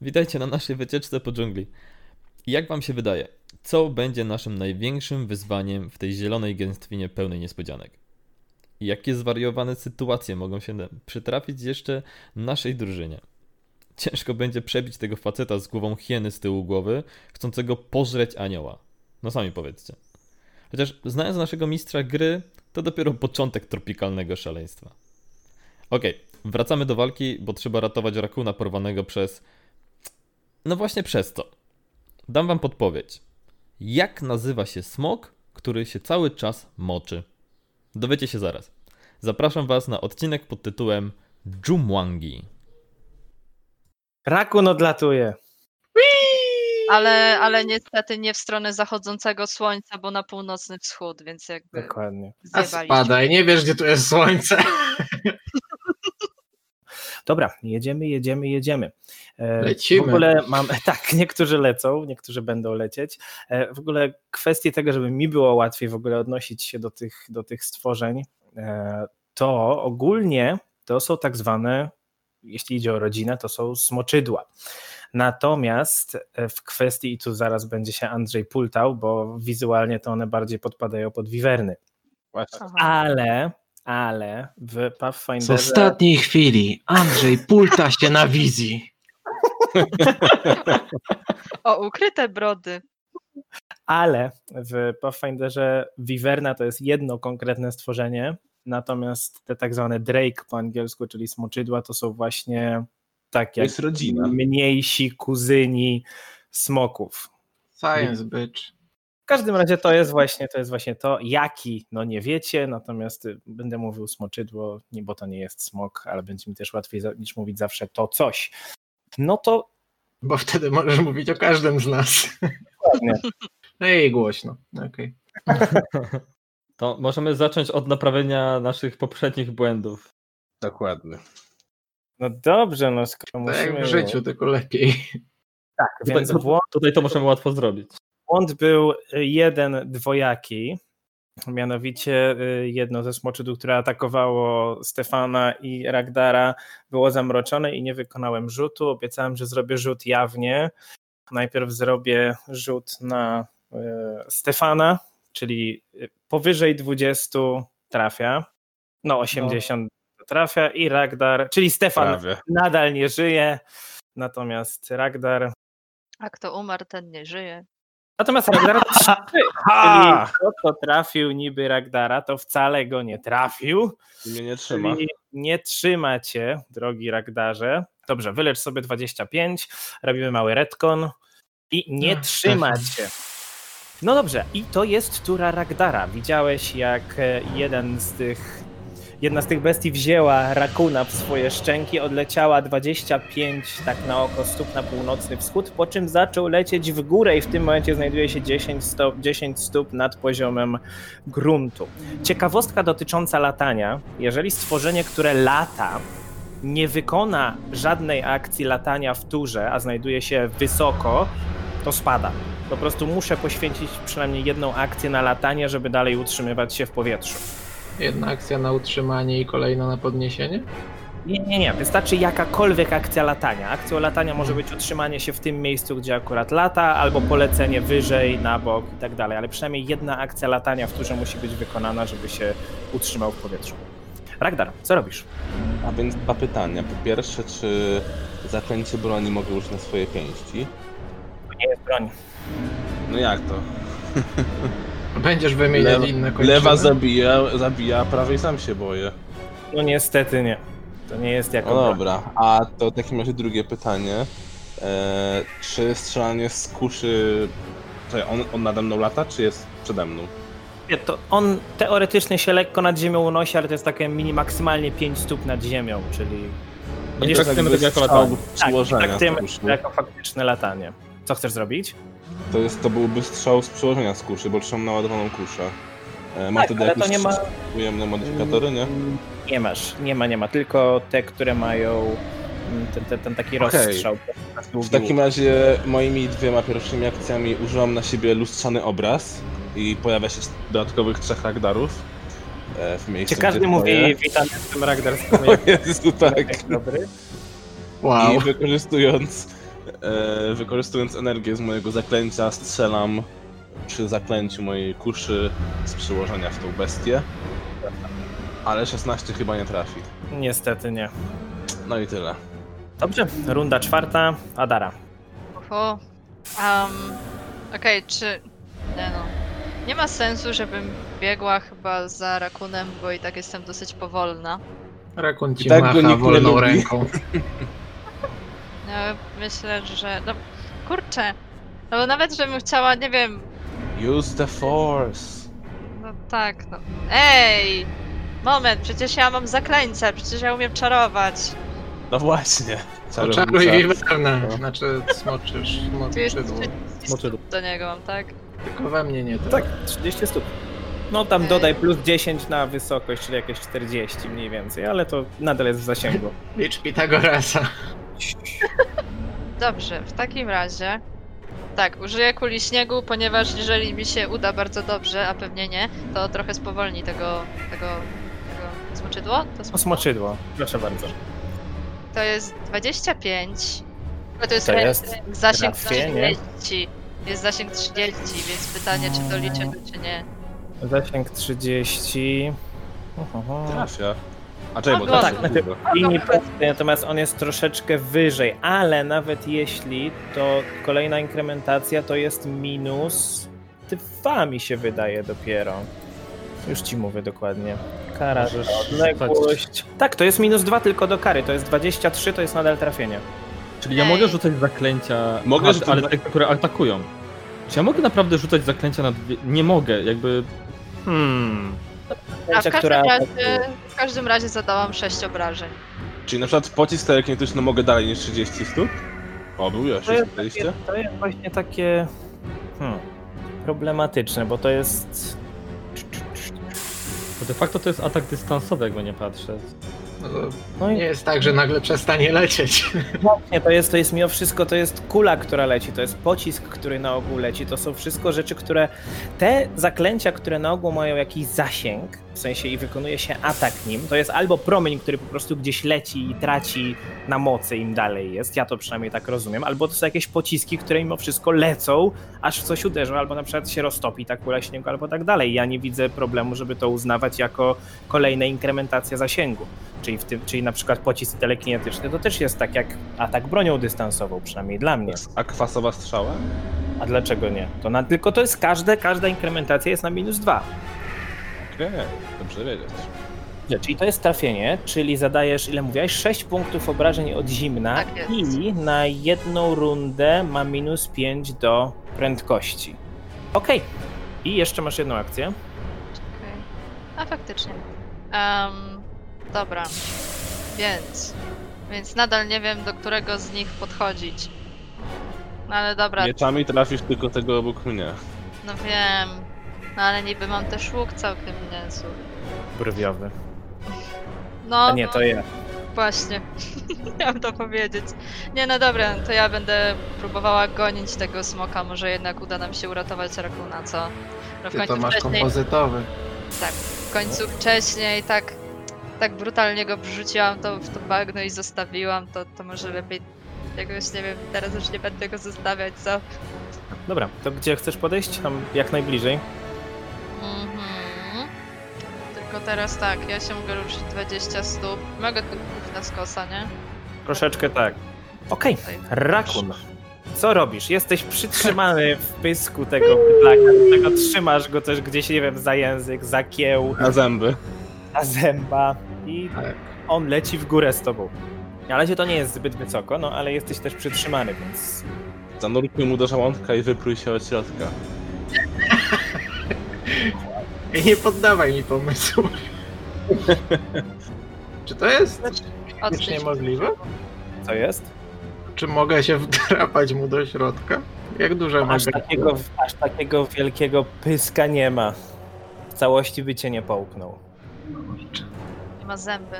Witajcie na naszej wycieczce po dżungli. Jak wam się wydaje, co będzie naszym największym wyzwaniem w tej zielonej gęstwinie pełnej niespodzianek? Jakie zwariowane sytuacje mogą się nam przytrafić jeszcze naszej drużynie? Ciężko będzie przebić tego faceta z głową hieny z tyłu głowy, chcącego pożreć anioła. No sami powiedzcie. Chociaż znając naszego mistrza gry, to dopiero początek tropikalnego szaleństwa. Okej, wracamy do walki, bo trzeba ratować rakuna porwanego przez. No właśnie przez to. Dam wam podpowiedź. Jak nazywa się smok, który się cały czas moczy? Dowiecie się zaraz. Zapraszam was na odcinek pod tytułem Jumwangi. Rakun odlatuje. Ale, ale niestety nie w stronę zachodzącego słońca, bo na północny wschód, więc jakby Dokładnie. A zjebaliśmy. spadaj, nie wiesz, gdzie tu jest słońce. Dobra, jedziemy, jedziemy, jedziemy. E, Lecimy. W ogóle mam, tak, niektórzy lecą, niektórzy będą lecieć. E, W ogóle kwestie tego, żeby mi było łatwiej w ogóle odnosić się do tych, do tych stworzeń, e, to ogólnie to są tak zwane, jeśli idzie o rodzinę, to są smoczydła. Natomiast e, w kwestii, i tu zaraz będzie się Andrzej pultał, bo wizualnie to one bardziej podpadają pod wiwerny. Aha. Ale, ale w Z Pathfinderze... ostatniej chwili Andrzej pulta się na wizji. O, ukryte brody. ale w Pathfinderze wiwerna to jest jedno konkretne stworzenie, natomiast te tak zwane drake po angielsku, czyli smoczydła, to są właśnie tak To jak jest rodzina. mniejsi kuzyni smoków. Science, bitch. W każdym razie to jest właśnie to, jest właśnie to jaki, no nie wiecie, natomiast y, będę mówił smoczydło, nie, bo to nie jest smok, ale będzie mi też łatwiej za- niż mówić zawsze to coś. No to Bo wtedy możesz mówić o każdym z nas. ładnie. Ej, No głośno. Okej. To możemy zacząć od naprawienia naszych poprzednich błędów. Dokładnie. No dobrze, no skoro Tak musimy... jak w życiu, tylko lepiej. Tak, więc Tutaj- wło- Tutaj to możemy łatwo zrobić. Błąd był y, jeden dwojaki, mianowicie y, jedno ze smoczydł, które atakowało Stefana i Ragdara, było zamroczone i nie wykonałem rzutu. Obiecałem, że zrobię rzut jawnie. Najpierw zrobię rzut na y, Stefana, czyli y, powyżej 20 trafia. No, 80 trafia i Ragdar, czyli Stefan Prawie. nadal nie żyje, natomiast Ragdar. A kto umarł, ten nie żyje. Natomiast Ragdar Czyli Ha! kto to trafił niby Ragdara, to wcale go nie trafił. Mnie nie trzyma. Czyli nie trzyma cię, drogi Ragdarze. Dobrze, wylecz sobie 25, robimy mały retcon i nie Ach, trzyma tak. cię. No dobrze, i to jest tura Ragdara. Widziałeś, jak e, jeden z tych, jedna z tych bestii wzięła rakuna w swoje szczęki, odleciała 25 tak na oko stóp na północny wschód, po czym zaczął lecieć w górę i w tym momencie znajduje się 10 stóp, 10 stóp nad poziomem gruntu. Ciekawostka dotycząca latania. Jeżeli stworzenie, które lata, nie wykona żadnej akcji latania w turze, a znajduje się wysoko, to spada. Po prostu muszę poświęcić przynajmniej jedną akcję na latanie, żeby dalej utrzymywać się w powietrzu. Jedna akcja na utrzymanie i kolejna na podniesienie? Nie, nie, nie. Wystarczy jakakolwiek akcja latania. Akcją latania może być utrzymanie się w tym miejscu, gdzie akurat lata, albo polecenie wyżej, na bok i tak dalej. Ale przynajmniej jedna akcja latania w turze musi być wykonana, żeby się utrzymał w powietrzu. Ragdar, co robisz? A więc dwa pytania. Po pierwsze, czy zaklęcie broni mogę użyć na swoje pięści? Nie jest broń. No jak to? Będziesz wymieniać Lewa- inne kończyny? Lewa zabija, zabija, a prawej sam się boję. No niestety nie. To nie jest jako No broń. dobra, a to w takim razie drugie pytanie. E, czy strzelanie z kuszy... Czy on, on nade mną lata, czy jest przede mną? Nie, To on teoretycznie się lekko nad ziemią unosi, ale to jest takie mini maksymalnie 5 stóp nad ziemią, czyli Tak, Nie Jest traktujemy jakby tego jako strzał latanie. przyłożenia tak, traktujemy z kuszy. to jako faktyczne latanie. Co chcesz zrobić? To, jest, to byłby strzał z przyłożenia z kuszy, bo trzymam naładowaną kuszę. E, ma Tak, wtedy ale to jakieś nie ma- ujemne modyfikatory, nie? Nie masz, nie ma, nie ma, tylko te, które mają mm, ten, ten, ten taki Okej. rozstrzał. W takim razie moimi dwiema pierwszymi akcjami użyłam na siebie lustrzany obraz i pojawia się dodatkowych trzech ragdarów e, w miejscu, Cię każdy gdzie mówi, stoję. witam, jestem Ragdar, z Komiek. Jezu, tak. Dobry. Wow. I wykorzystując E, wykorzystując energię z mojego zaklęcia, strzelam przy zaklęciu mojej kuszy z przyłożenia w tą bestię. Ale 16 chyba nie trafi. Niestety nie. No i tyle. Dobrze, runda czwarta, Adara. Oho. Um, Okej, czy. Nie no. Nie ma sensu, żebym biegła chyba za rakunem, bo i tak jestem dosyć powolna. Rakun I ci tak go macha nikt nie wolną lubi. ręką. No, myślę, że. No, kurczę. No bo nawet żebym chciała, nie wiem. Use the force! No tak, no. Ej! Moment, przecież ja mam zaklęcia, przecież ja umiem czarować. No właśnie. Oczaruj Czarownica. wiwernę, znaczy smoczysz Tu jest moczydło. 30 Moczy dół. stóp do niego mam, tak? Tylko we mnie nie Tak, tak. 30 stóp. No tam dodaj plus 10 na wysokość, czyli jakieś 40 mniej więcej, ale to nadal jest w zasięgu. Licz Pitagorasa. Dobrze, w takim razie. Tak, użyję kuli śniegu, ponieważ jeżeli mi się uda bardzo dobrze, a pewnie nie, to trochę spowolni tego. tego. tego zmoczydło? To O smoczydło? smoczydło, proszę bardzo. To jest 25. A to jest, To re- jest re- zasięg trafienie. 30. Jest zasięg 30, więc pytanie, czy to liczę, czy nie. Zasięg 30. Ohoho. Trafia. A czekaj, bo No tak. tak. Linii prostej, natomiast on jest troszeczkę wyżej, ale nawet jeśli, to kolejna inkrementacja to jest minus dwa mi się wydaje dopiero. Już ci mówię dokładnie. Kara, odległość. Tak, to jest minus dwa tylko do kary, to jest 23, to jest nadal trafienie. Czyli ja Ej. mogę rzucać zaklęcia, Mogę ale, rzucać ale zak- te, które atakują. Czy ja mogę naprawdę rzucać zaklęcia na dwie... Nie mogę, jakby... Hmm... A w Która każdym, atakuje. razie, w każdym razie zadałam 6 obrażeń. Czyli na przykład pocisk telekinetyczny mogę dalej niż 30 stóp? O, był już, To jest 40? takie- To jest właśnie takie hmm, problematyczne, bo to jest Bo de facto to jest atak dystansowy, jakby nie patrzę. No to no i nie jest tak, że nagle przestanie lecieć. Właśnie, to jest, to jest mimo wszystko, to jest kula, która leci, to jest pocisk, który na ogół leci, to są wszystko rzeczy, które. Te zaklęcia, które na ogół mają jakiś zasięg, w sensie i wykonuje się atak nim, to jest albo promień, który po prostu gdzieś leci i traci na mocy im dalej jest, ja to przynajmniej tak rozumiem, albo to są jakieś pociski, które mimo wszystko lecą, aż w coś uderzą, albo na przykład się roztopi ta kula śniegu, albo tak dalej. Ja nie widzę problemu, żeby to uznawać jako kolejna inkrementacja zasięgu czyli, w tym, czyli na przykład pocisk telekinetyczny, to też jest tak jak atak bronią dystansową, przynajmniej dla mnie. A kwasowa strzała? A dlaczego nie? To na, tylko to jest każde, każda inkrementacja jest na minus dwa. Okej, dobrze wiedzieć. Czyli to jest trafienie, czyli zadajesz, ile mówiłaś, 6 punktów obrażeń od zimna Tak jest. i na jedną rundę ma minus 5 do prędkości. Okej. I jeszcze masz jedną akcję. Okej. A faktycznie. Em, dobra. Więc. Więc nadal nie wiem, do którego z nich podchodzić. No ale dobra, Mieczami trafisz tylko tego obok mnie. no wiem. No ale niby mam też łuk całkiem niezły. Brwiowy. No, A nie, no, to ja. Właśnie, miałam to powiedzieć. Nie, no dobra, to ja będę próbowała gonić tego smoka, może jednak uda nam się uratować rakuna, co? No w Ty to końcu masz wcześniej, kompozytowy. w końcu wcześniej tak, tak brutalnie go wrzuciłam to w to bagno i zostawiłam, to, to może lepiej jakoś, nie wiem, teraz już nie będę go zostawiać, co? Dobra, to gdzie chcesz podejść? Tam jak najbliżej. Mhm. Tylko teraz tak, ja się mogę ruszyć 20 stóp. Mogę tylko na skosa, nie? Troszeczkę tak. Okej. Tutaj. Rakun, co robisz? Jesteś przytrzymany w pysku tego bydlaka, tego trzymasz go też gdzieś, nie wiem, za język, za kieł, Na zęby. za zęba i Tak. on leci w górę z tobą. Na razie to nie jest zbyt wysoko, no ale jesteś też przytrzymany, więc... Zanurkuj mu do żołądka i wypluj się od środka. I nie poddawaj mi pomysłu. Czy to jest Odnieść- niemożliwe? Co jest? Czy mogę się wdrapać mu do środka? Jak duża Aż magia? takiego, aż takiego wielkiego pyska nie ma. W całości by cię nie połknął. Ma zęby.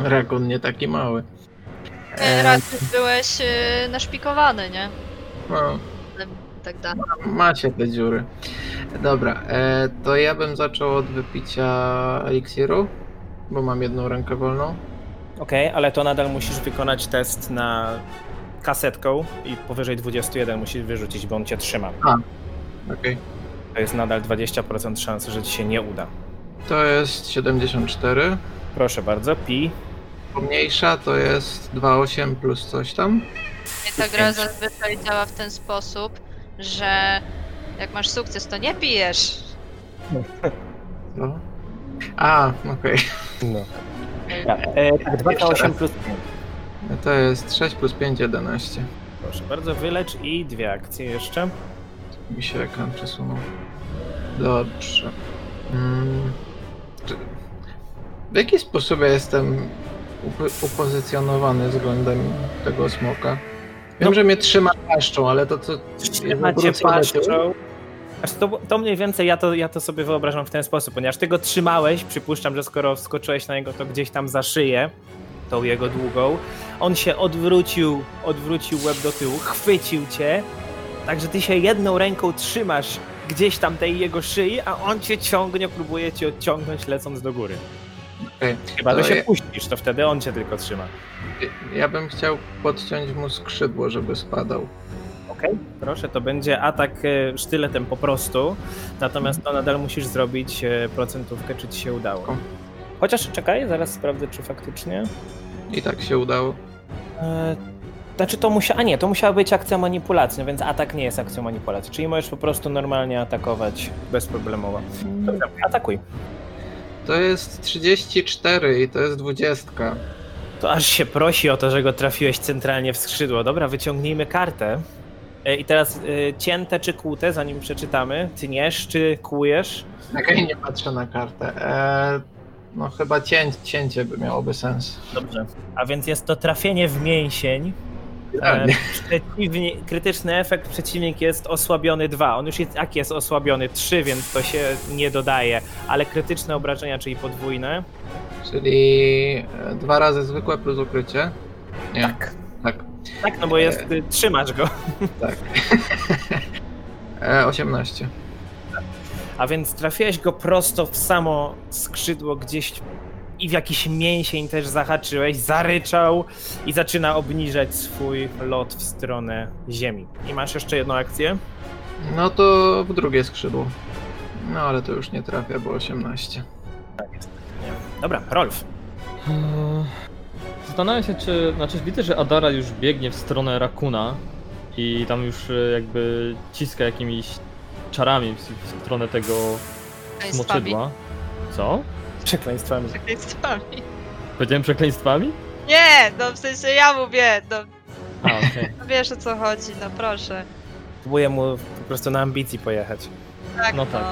Rakun nie taki mały. Ty E, raz byłeś y, naszpikowany, nie? no, I tak dalej. macie te dziury. Dobra, e, to ja bym zaczął od wypicia eliksiru, bo mam jedną rękę wolną. Okej, ale to nadal musisz wykonać test na kasetką i powyżej 21 musisz wyrzucić, bo on cię trzyma. Okej. To jest nadal 20% szansy, że ci się nie uda. To jest 74. Proszę bardzo, pi. Pomniejsza to jest 2,8 plus coś tam. I ta gra zazwyczaj działa w ten sposób, że jak masz sukces, to nie pijesz. No. A, okej. No. E, tak, 2K8 plus 5. To jest 6 plus 5, 11. Proszę bardzo, wylecz i dwie akcje jeszcze. Mi się ekran przesunął. Dobrze. Mm. Czy- W jaki sposób ja jestem upo- upozycjonowany względem tego smoka? Wiem, No. że mnie trzyma paszczą, ale to co... jest Trzymacie obrócone tyłem? paszczą. Znaczy, To, to mniej więcej ja to, ja to sobie wyobrażam w ten sposób, ponieważ ty go trzymałeś, przypuszczam, że skoro wskoczyłeś na niego, to gdzieś tam za szyję, tą jego długą. On się odwrócił, odwrócił łeb do tyłu, chwycił cię, także ty się jedną ręką trzymasz gdzieś tam tej jego szyi, a on cię ciągnie, próbuje cię odciągnąć lecąc do góry. Okej, Chyba, że to się ja- puścisz, to wtedy on cię tylko trzyma. Ja bym chciał podciąć mu skrzydło, żeby spadał. Proszę, to będzie atak e, sztyletem po prostu, natomiast to nadal musisz zrobić e, procentówkę, czy ci się udało. Chociaż czekaj, zaraz sprawdzę, czy faktycznie. I tak się udało. E, Znaczy to musiała, a nie, to musiała być akcja manipulacji, no więc atak nie jest akcją manipulacji, czyli możesz po prostu normalnie atakować bezproblemowo. Dobra, atakuj. To jest 34 i to jest 20. To aż się prosi o to, że go trafiłeś centralnie w skrzydło. Dobra, wyciągnijmy kartę. E, I teraz e, cięte czy kłute, zanim przeczytamy, tniesz czy kłujesz? Okej, nie patrzę na kartę. Eee, no chyba cięć, cięcie by miałoby sens. Dobrze. A więc jest to trafienie w mięsień. E, Idealnie. przeciwni- krytyczny efekt, przeciwnik jest osłabiony 2. On już jest, jak jest osłabiony 3, więc to się nie dodaje. Ale krytyczne obrażenia, czyli podwójne. Czyli e, dwa razy zwykłe plus ukrycie. Nie. Tak. Tak. Tak, no bo jest, y, trzymasz go. E, 18. A więc trafiłeś go prosto w samo skrzydło gdzieś i w jakiś mięsień też zahaczyłeś, zaryczał i zaczyna obniżać swój lot w stronę ziemi. I masz jeszcze jedną akcję? No to w drugie skrzydło. No ale to już nie trafia, bo 18. Nie. Dobra, Rolf. Eee, Zastanawiam się, czy. Znaczy, widzę, że Adara już biegnie w stronę Rakuna i tam już e, jakby ciska jakimiś czarami w w stronę tego Przekleństwami. smoczydła. Co? Przekleństwami. Przekleństwami. Powiedziałem przekleństwami? Nie, no w sensie ja mówię, no, A, okej. no wiesz o co chodzi, no proszę. Próbuję mu po prostu na ambicji pojechać. Tak, No no. tak.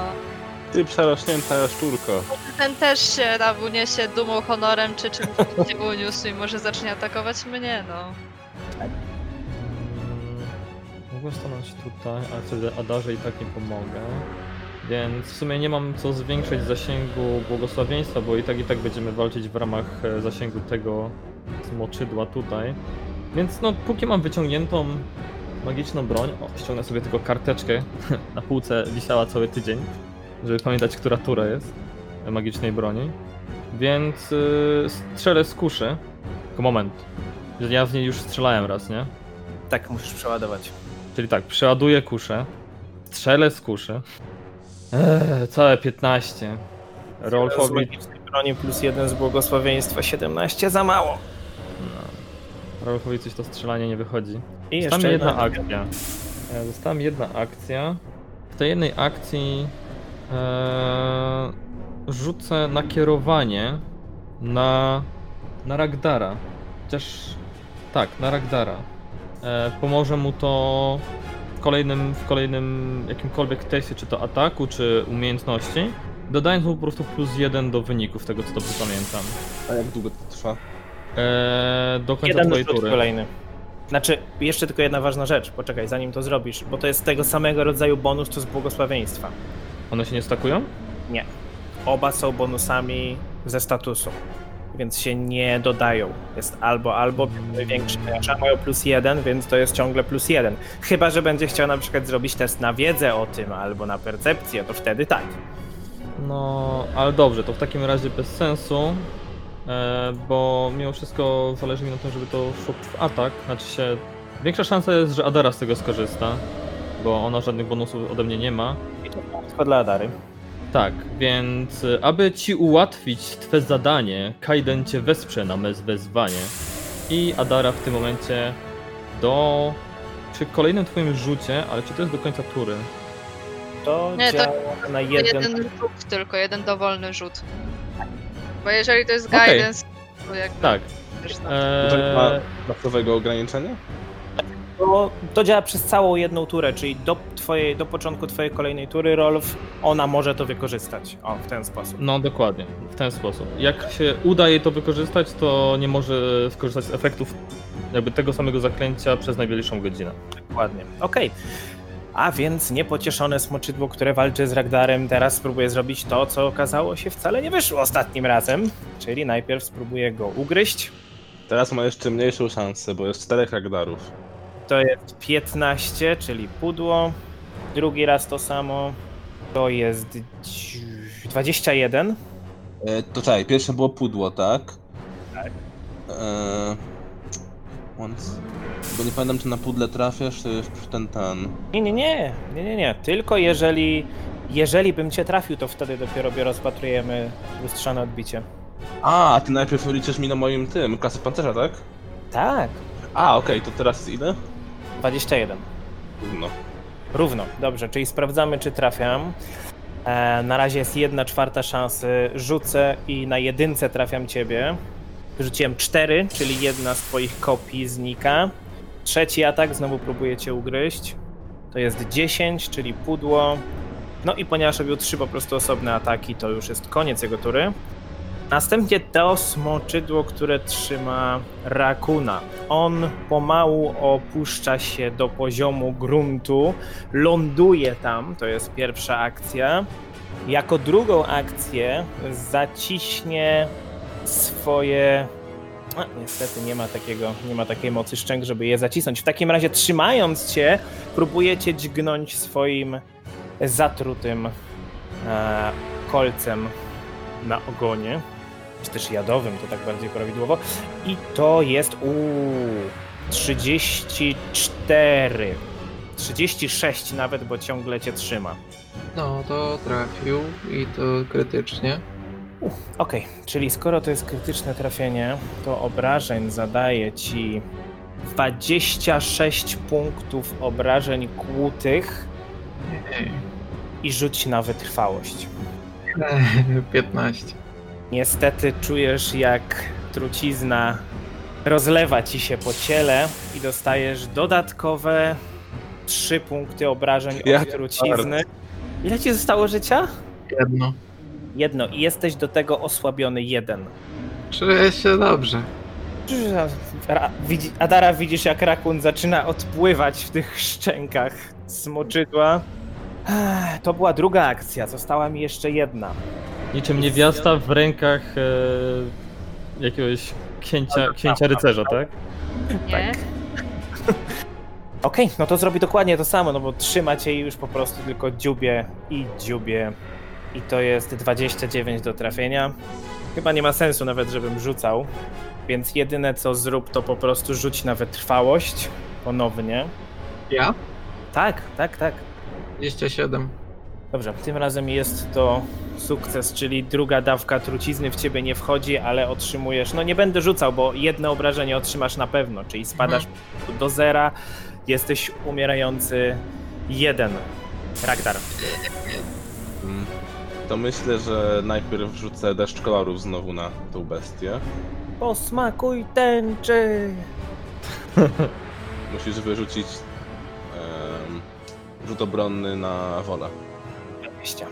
Ty przerośnięta szczurko. Ten też się tam uniesie dumą, honorem czy czymś się uniósł i może zacznie atakować mnie, no. Mm, Mogłem stanąć tutaj, ale wtedy Adarze i tak nie pomogę. Więc w sumie nie mam co zwiększać zasięgu błogosławieństwa, bo i tak i tak będziemy walczyć w ramach e, zasięgu tego smoczydła tutaj. Więc no, póki mam wyciągniętą magiczną broń, o, ściągnę sobie tylko karteczkę, na półce wisiała cały tydzień, żeby pamiętać, która tura jest e, magicznej broni. Więc y, strzelę z kuszy. Tylko moment, że ja z niej już strzelałem raz, nie? Tak, musisz przeładować. Czyli tak, przeładuję kuszę, strzelę z kuszy. Eee, całe 15. Z Rolfowi, magicznej broni plus jeden z błogosławieństwa, 17 za mało. Rolfowi coś to strzelanie nie wychodzi. I Została mi jeszcze jedna jedna akcja. akcja. E, Została mi jedna akcja. W tej jednej akcji e, rzucę nakierowanie na, na Ragdara. Chociaż tak, na Ragdara. E, pomoże mu to w kolejnym, w kolejnym jakimkolwiek teście, czy to ataku, czy umiejętności. Dodając mu po prostu plus jeden do wyników, tego co dobrze pamiętam. A jak długo to trwa? E, do końca Jeden twojej rzut tury. kolejny. Znaczy, jeszcze tylko jedna ważna rzecz, poczekaj, zanim to zrobisz, bo to jest tego samego rodzaju bonus, co z błogosławieństwa. One się nie stakują? Oba są bonusami ze statusu, więc się nie dodają. Jest albo, albo większy gracza mają plus jeden, więc to jest ciągle plus jeden. Chyba, że będzie chciał na przykład zrobić test na wiedzę o tym, albo na percepcję, to wtedy tak. No, ale dobrze, to w takim razie bez sensu, e, bo mimo wszystko zależy mi na tym, żeby to szło w atak, znaczy się Większa szansa jest, że Adara z tego skorzysta, bo ona żadnych bonusów ode mnie nie ma. I to wszystko dla Adary. Tak, więc y, aby ci ułatwić twe zadanie, Kaiden cię wesprze na mes wezwanie i Adara w tym momencie do... przy kolejnym twoim rzucie, ale czy to jest do końca tury? To Nie, to- działa na jeden... Jeden rzut tylko, jeden dowolny rzut. Bo jeżeli to jest Okej. guidance, to jakby Tak. wiesz, no. Tak ma Eee, czasowego ograniczenia? To, to działa przez całą jedną turę, czyli do, twojej, do początku twojej kolejnej tury, Rolf, ona może to wykorzystać. O, w ten sposób. no dokładnie, w ten sposób. Jak się uda jej to wykorzystać, to nie może skorzystać z efektów jakby tego samego zaklęcia przez najbliższą godzinę. Dokładnie. Okej. A więc niepocieszone smoczydło, które walczy z Ragdarem, teraz spróbuje zrobić to, co okazało się wcale nie wyszło ostatnim razem. Czyli najpierw spróbuje go ugryźć. Teraz ma jeszcze mniejszą szansę, bo jest czterech Ragdarów. To jest 15, czyli pudło. Drugi raz to samo. To jest dzi- 21. E, to czekaj, pierwsze było pudło, tak? E, once. Bo nie pamiętam, czy na pudle trafiasz, czy w ten ten. Nie, nie, nie, nie, nie, nie. Tylko jeżeli, jeżeli bym cię trafił, to wtedy dopiero by rozpatrujemy lustrzane odbicie. A, ty najpierw liczysz mi na moim tym, klasy pancerza, tak? Tak, A, okej, to teraz jest ile? 21. No. Równo, dobrze, czyli sprawdzamy, czy trafiam. E, na razie jest jedna czwarta szansy. Rzucę i na jedynce trafiam ciebie. Rzuciłem cztery, czyli jedna z twoich kopii znika. Trzeci atak, znowu próbuję cię ugryźć. To jest 10, czyli pudło. No i ponieważ robił trzy po prostu osobne ataki, to już jest koniec jego tury. Następnie to smoczydło, które trzyma Rakuna. On pomału opuszcza się do poziomu gruntu, ląduje tam, to jest pierwsza akcja. Jako drugą akcję zaciśnie swoje. A, niestety nie ma takiego, nie ma takiej mocy szczęk, żeby je zacisnąć. W takim razie trzymając cię, próbuje cię dźgnąć swoim zatrutym e, kolcem na ogonie. Czy też jadowym, to tak bardziej prawidłowo. I to jest uuu, 34. 36 nawet, bo ciągle cię trzyma. No to trafił i to krytycznie. Okej, czyli skoro to jest krytyczne trafienie, to obrażeń zadaje ci 26 punktów obrażeń kłutych Ej, i rzuć na wytrwałość. Eee, 15. Niestety czujesz, jak trucizna rozlewa ci się po ciele i dostajesz dodatkowe 3 punkty obrażeń od Jak trucizny. Ile ci zostało życia? Jedno. Jedno i jesteś do tego osłabiony jeden. Czuję się dobrze. Ra- widzi- Adara widzisz jak rakun zaczyna odpływać w tych szczękach smoczydła. Ech, To była druga akcja, została mi jeszcze jedna. Niczym niewiasta w rękach e, jakiegoś księcia, księcia rycerza, tak? Nie? Okej, no to zrobi dokładnie to samo, no bo trzyma cię i już po prostu tylko dziubie i dziubie. I to jest 29 do trafienia. Chyba nie ma sensu nawet, żebym rzucał. Więc jedyne co zrób, to po prostu rzuć na wytrwałość ponownie. Ja? Tak, tak, tak. 27. Dobrze, tym razem jest to sukces, czyli druga dawka trucizny w ciebie nie wchodzi, ale otrzymujesz. No nie będę rzucał, bo jedno obrażenie otrzymasz na pewno, czyli spadasz do zera, jesteś umierający jeden. Ragdar. Mm. To myślę, że najpierw rzucę deszcz kolorów znowu na tą bestię. Posmakuj tęczy! Musisz wyrzucić em, rzut obronny na wolę. 20.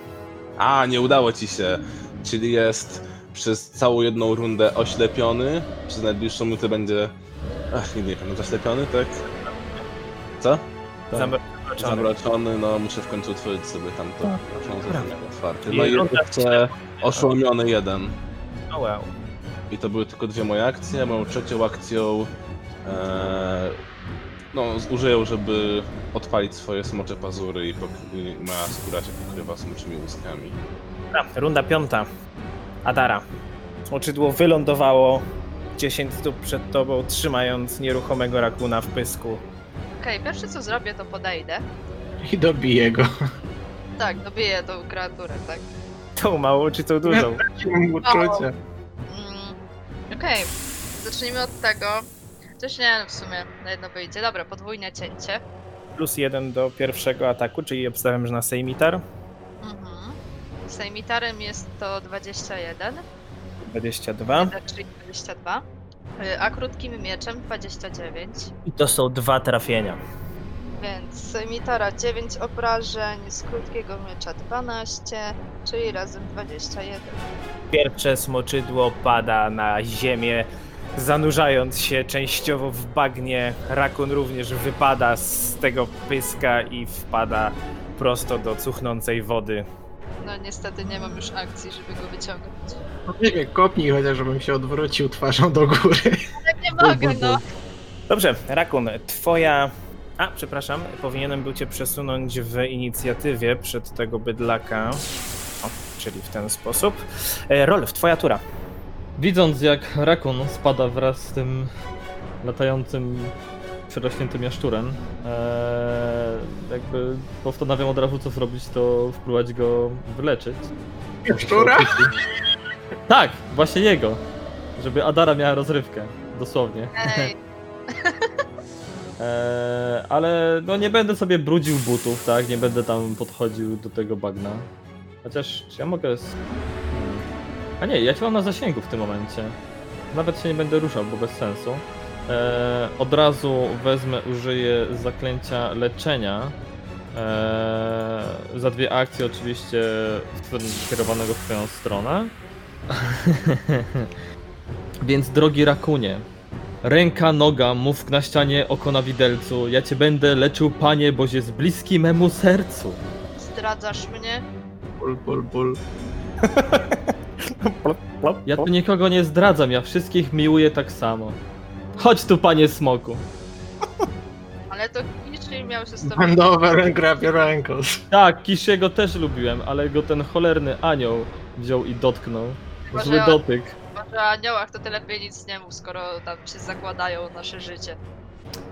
A, nie udało ci się. Czyli jest przez całą jedną rundę oślepiony. Przez najbliższą minutę będzie. Ach, nie wiem, zaślepiony, tak? Co? Tak. Zamroczony. Zamroczony, no muszę w końcu otworzyć sobie tamto. Proszę, zostanie otwarty. I No i runda jeszcze oszołomiony jeden. O, wow. I to były tylko dwie moje akcje. Moją trzecią akcją. E, no, zużyję, żeby odpalić swoje smocze pazury i, pok- i moja skóra się pokrywa smoczymi łuskami. Dobra, runda piąta. Adara. Smoczydło wylądowało 10 stóp przed tobą, trzymając nieruchomego rakuna w pysku. Okej, pierwsze co zrobię, to podejdę. I dobiję go. Tak, dobiję tą kreaturę, tak. Tą małą czy tą dużą? Mam uczucie. Mm, Okej, zacznijmy od tego. Coś nie, no w sumie na jedno wyjdzie. Dobra, podwójne cięcie. Plus jeden do pierwszego ataku, czyli obstawiam, że na Sejmitar. Mhm. Sejmitarem jest to 21, 22. czyli 22. y, A krótkim mieczem 29. I to są dwa trafienia. Więc Sejmitara 9 obrażeń, z krótkiego miecza 12, czyli razem 21. Pierwsze smoczydło pada na ziemię, zanurzając się częściowo w bagnie. Rakun również wypada z tego pyska i wpada prosto do cuchnącej wody. No niestety nie mam już akcji, żeby go wyciągnąć. no, Nie wiem, kopnij chociaż, żebym się odwrócił twarzą do góry. Nie mogę, no! Dobrze, Rakun, twoja... A, przepraszam, powinienem był cię przesunąć w inicjatywie przed tego bydlaka. O, czyli w ten sposób. E, Rolf, twoja tura. Widząc jak rakun spada wraz z tym latającym, przerośniętym jaszczurem, ee, jakby postanawiam od razu co zrobić, to wpróbować go wyleczyć. Szczura? Tak, właśnie jego, żeby Adara miała rozrywkę, dosłownie. Ej, Eee, ale no nie będę sobie brudził butów, tak? Nie będę tam podchodził do tego bagna. Chociaż czy ja mogę. s- hmm. A nie, ja cię mam na zasięgu w tym momencie. Nawet się nie będę ruszał, bo bez sensu. Eee, od razu wezmę, użyję zaklęcia leczenia. Eee, za dwie akcje oczywiście w- kierowanego w twoją stronę. Więc drogi rakunie, Ręka, noga, mów na ścianie, oko na widelcu. Ja cię będę leczył, panie, boś jest bliski memu sercu. zdradzasz mnie? Ból, ból, ból. Ja tu nikogo nie zdradzam, ja wszystkich miłuję tak samo. Chodź tu, panie smoku. Ale to niczym miał się z tobą... Hand over and grab your ankles. Tak, Kishiego też lubiłem, ale go ten cholerny anioł wziął i dotknął. Chyba, Zły że o- dotyk. Może o aniołach to ty lepiej nic nie mów, skoro tam się zakładają nasze życie.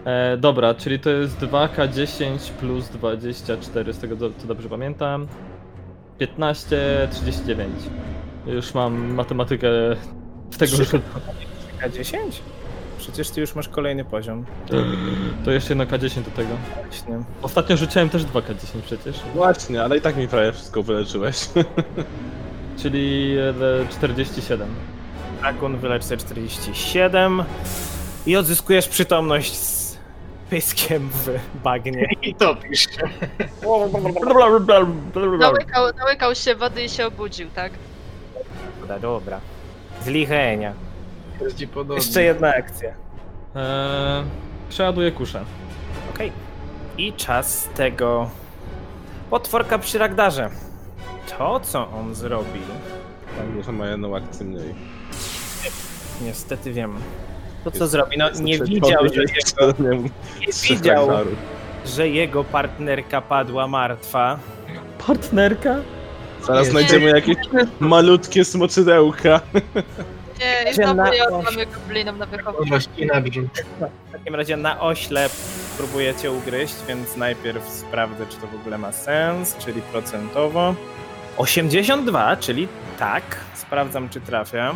E, dobra, czyli to jest 2K10 plus 24, z tego do- co dobrze pamiętam. 15, 39. Już mam matematykę w tego Trzy- roku. A 10? Przecież ty już masz kolejny poziom. To jeszcze jedno K10 do tego. Właśnie. Ostatnio rzuciłem też 2K10 przecież. Właśnie, ale i tak mi prawie wszystko wyleczyłeś. Czyli e, 47. Dragon wylecz sobie 47 i odzyskujesz przytomność z pyskiem w bagnie. I topisz się. Nałykał, nałykał się wody i się obudził, tak? Dobra, dobra. Zlichenia. Jest ci podobnie. Jeszcze jedna akcja. Eee, przeładuję kuszę. Okej. I czas tego potworka przy Ragdarze. To, co on zrobi, Tam że ma jedną akcję mniej. niestety wiem. To, co Jest- zrobi, no Jestem nie przekonany, widział, że, Znaczy, jeszcze nie wiem, nie trzech widział, hektarów. że jego partnerka padła martwa. Partnerka? Zaraz Nie. znajdziemy jakieś malutkie smoczydełka. Nie, i Będzie znowu na- ja mamy goblinom na wychowanie. Kurwa, ścina brzmi. W takim razie na oślep próbujecie ugryźć, więc najpierw sprawdzę, czy to w ogóle ma sens, czyli procentowo. 82, czyli tak. Sprawdzam, czy trafia.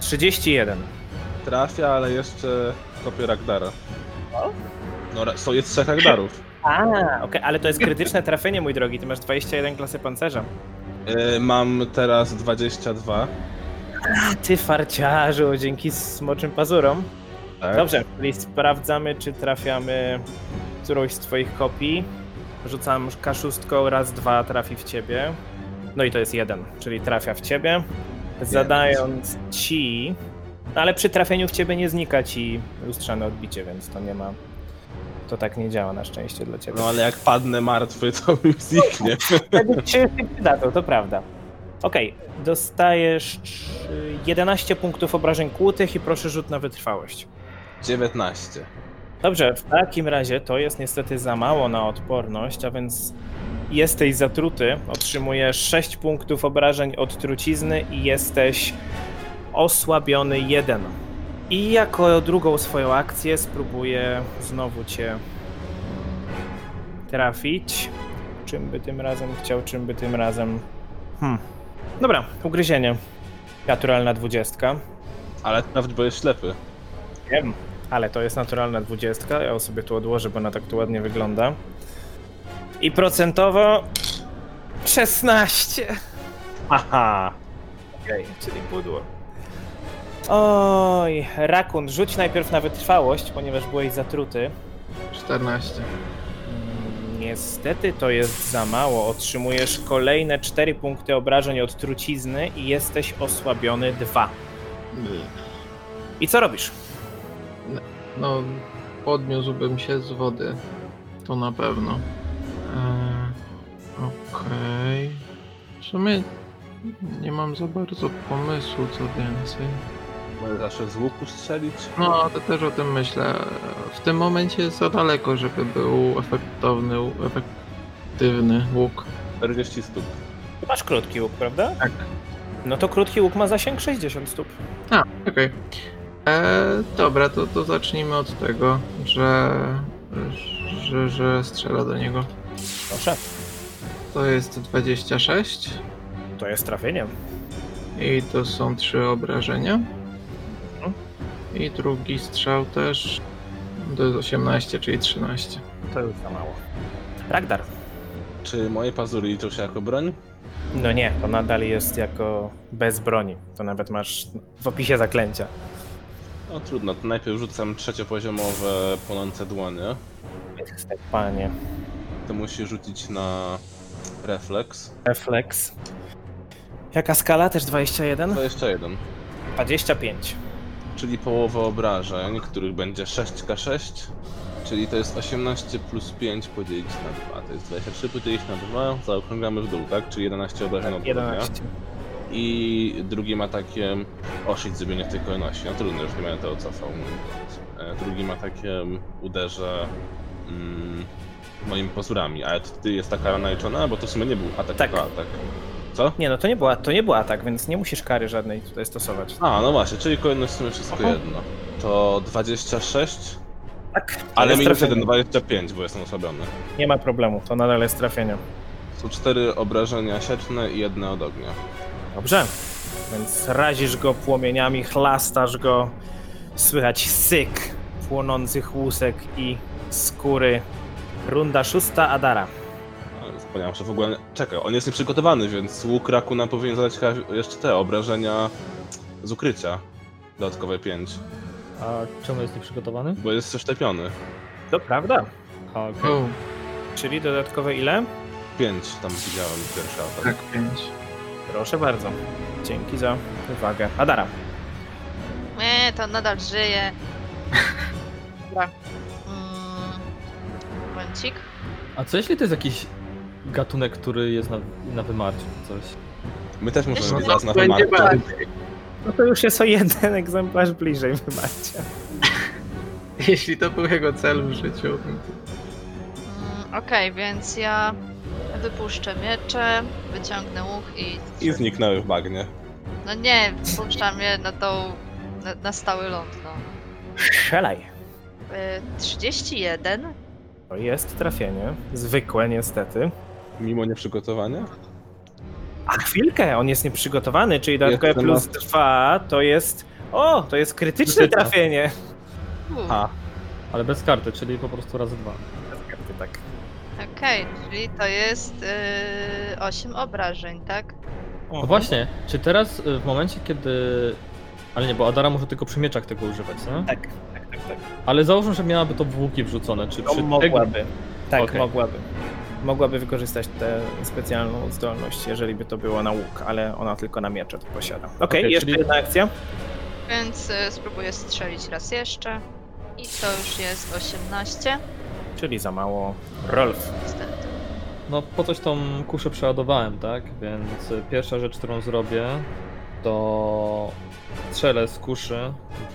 31. Trafia, ale jeszcze kopię Ragdara. No, ra- są jest trzech Ragdarów. A, okej, ale to jest krytyczne trafienie, mój drogi. Ty masz 21 klasy pancerza. E, Mam teraz 22. Ty farciarzu, dzięki smoczym pazurom. Tak. Dobrze, czyli sprawdzamy, czy trafiamy którąś z twoich kopii. Rzucam kaszustką, raz, dwa, trafi w ciebie. No i to jest jeden, czyli trafia w ciebie. Zadając ci... No ale przy trafieniu w ciebie nie znika ci lustrzane odbicie, więc to nie ma... To tak nie działa na szczęście dla ciebie. No ale jak padnę martwy, to mi zniknie. Wtedy ci się przyda, to, to prawda. Okej, dostajesz y, 11 punktów obrażeń kłutych i proszę rzut na wytrwałość. 19. Dobrze, w takim razie to jest niestety za mało na odporność, a więc jesteś zatruty, otrzymujesz 6 punktów obrażeń od trucizny i jesteś osłabiony 1. I jako drugą swoją akcję spróbuję znowu cię trafić. Czym by tym razem chciał, czym by tym razem. Hmm. Dobra, ugryzienie. Naturalna dwudziestka. Ale nawet bo jest ślepy. Wiem, ale to jest naturalna dwudziestka. Ja ją sobie tu odłożę, bo ona tak tu ładnie wygląda. I procentowo 16. Aha! Okej, czyli pudło. Oj, Rakun, rzuć najpierw na wytrwałość, ponieważ byłeś zatruty. 14. Mm, Niestety to jest za mało. Otrzymujesz kolejne 4 punkty obrażeń od trucizny i jesteś osłabiony 2. I co robisz? No, podniósłbym się z wody. To na pewno. Eee, Okej. W sumie nie mam za bardzo pomysłu, co więcej. Może zawsze z łuku strzelić? No, to też o tym myślę. W tym momencie jest za daleko, żeby był efektowny, efektywny łuk. 40 stóp. Ty Masz krótki łuk, prawda? Tak. No to krótki łuk ma zasięg 60 stóp. A, okej. E, Dobra, to, to zacznijmy od tego, że, że, że strzela do niego. Proszę, To jest 26 to jest trafienie. i to są trzy obrażenia. I drugi strzał też. To jest 18, czyli 13. To już za mało. Ragdar. Czy moje pazury liczą się jako broń? No nie, to nadal jest jako bez broni. To nawet masz w opisie zaklęcia. No trudno, to najpierw rzucam trzeciopoziomowe płonące dłonie. Panie. To musi rzucić na refleks. Reflex. Jaka skala? Też 21? To jeszcze jeden. 25. Czyli połowa obrażeń, których będzie 6k6. Czyli to jest 18 plus 5 podzielić na 2. To jest 23 podzielić na 2. Zaokrągamy w dół, tak? Czyli 11 obrażeń No od dnia. 11. I drugim atakiem. O, shit, zrobię nie w tej kolejności. No trudno, już nie będę ocofał. E, Drugim atakiem uderzę mm, moimi pazurami. Ale to wtedy jest taka naliczona, bo to w sumie nie był atak, Tak. tylko atak. Co? Nie no, to nie, była, to nie była tak, więc nie musisz kary żadnej tutaj stosować. A, no właśnie, czyli kolejność w sumie wszystko Aha. jedno. To 26, Tak, ale minus trafienie. 1, 25, bo jestem osłabiony. Nie ma problemu, to nadal jest trafienie. Są cztery obrażenia sieczne i jedne od ognia. Dobrze. Więc razisz go płomieniami, chlastasz go. Słychać syk płonących łusek i skóry. Runda szósta Adara. Ale Zapomniałem, że w ogóle. Czekaj, on jest nieprzygotowany, więc łuk Rakuna powinien zadać chyba jeszcze te obrażenia z ukrycia. Dodatkowe 5, A czemu jest nieprzygotowany? bo jest oszczepiony. To prawda. A, O, Czyli dodatkowe ile? 5 tam widziałem pierwszy atak. tak, 5. Proszę bardzo. Dzięki za uwagę. Adara. Nie, to nadal żyje. Dobra. Mm, Momencik. A co jeśli to jest jakiś gatunek, który jest na, na wymarciu czy coś? My też Jeszcze możemy to teraz na No tak, Będzie wymarcie. bardziej. No to już jest o jeden egzemplarz bliżej wy macie. Jeśli to był jego cel w życiu, Mm, Okej, więc ja wypuszczę miecze, wyciągnę łuk i. I zniknęły w bagnie. No nie, wypuszczam je na tą. na, na stały ląd. No. Strzelaj. Y, 31. To jest trafienie. Zwykłe niestety. Mimo nieprzygotowania? A chwilkę, on jest nieprzygotowany, czyli dodatkowe Jestem plus na- 2 to jest... O, to jest krytyczne Krytyczne. trafienie. U, Ha. Ale bez karty, czyli po prostu razy dwa. Tak. Okej, czyli to jest y, 8 obrażeń, tak? Mhm. No właśnie, czy teraz y, w momencie, kiedy... Ale nie, bo Adara może tylko przy mieczach tego używać, nie? Tak, tak, tak. tak. Ale załóżmy, że miałaby to w łuki wrzucone, czy To przy tego... mogłaby. Tak, Okej. mogłaby. Mogłaby wykorzystać tę specjalną zdolność, jeżeli by to było na łuk, ale ona tylko na miecze to posiada. Okej, Okej, jeszcze czyli- jedna akcja. Więc y, spróbuję strzelić raz jeszcze. I to już jest 18. Czyli za mało. Rolf. Niestety. No po coś tą kuszę przeładowałem, tak? Więc y, pierwsza rzecz, którą zrobię, to strzelę z kuszy w,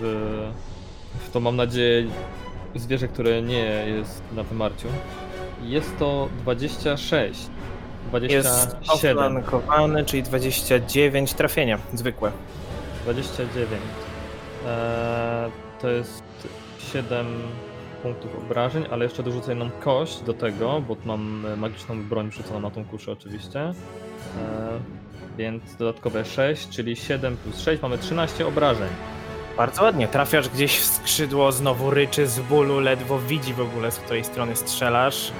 w to mam nadzieję zwierzę, które nie jest na wymarciu. Jest to 26. 27. Jest oflankowany, czyli 29 trafienia, zwykłe. 29. Eee, to jest 7 punktów obrażeń, ale jeszcze dorzucę jedną kość do tego, bo tu mam e, magiczną broń rzuconą na tą kuszę oczywiście. E, więc dodatkowe 6, czyli 7 plus 6, mamy 13 obrażeń. Bardzo ładnie. Trafiasz gdzieś w skrzydło, znowu ryczy z bólu, ledwo widzi w ogóle z której strony strzelasz.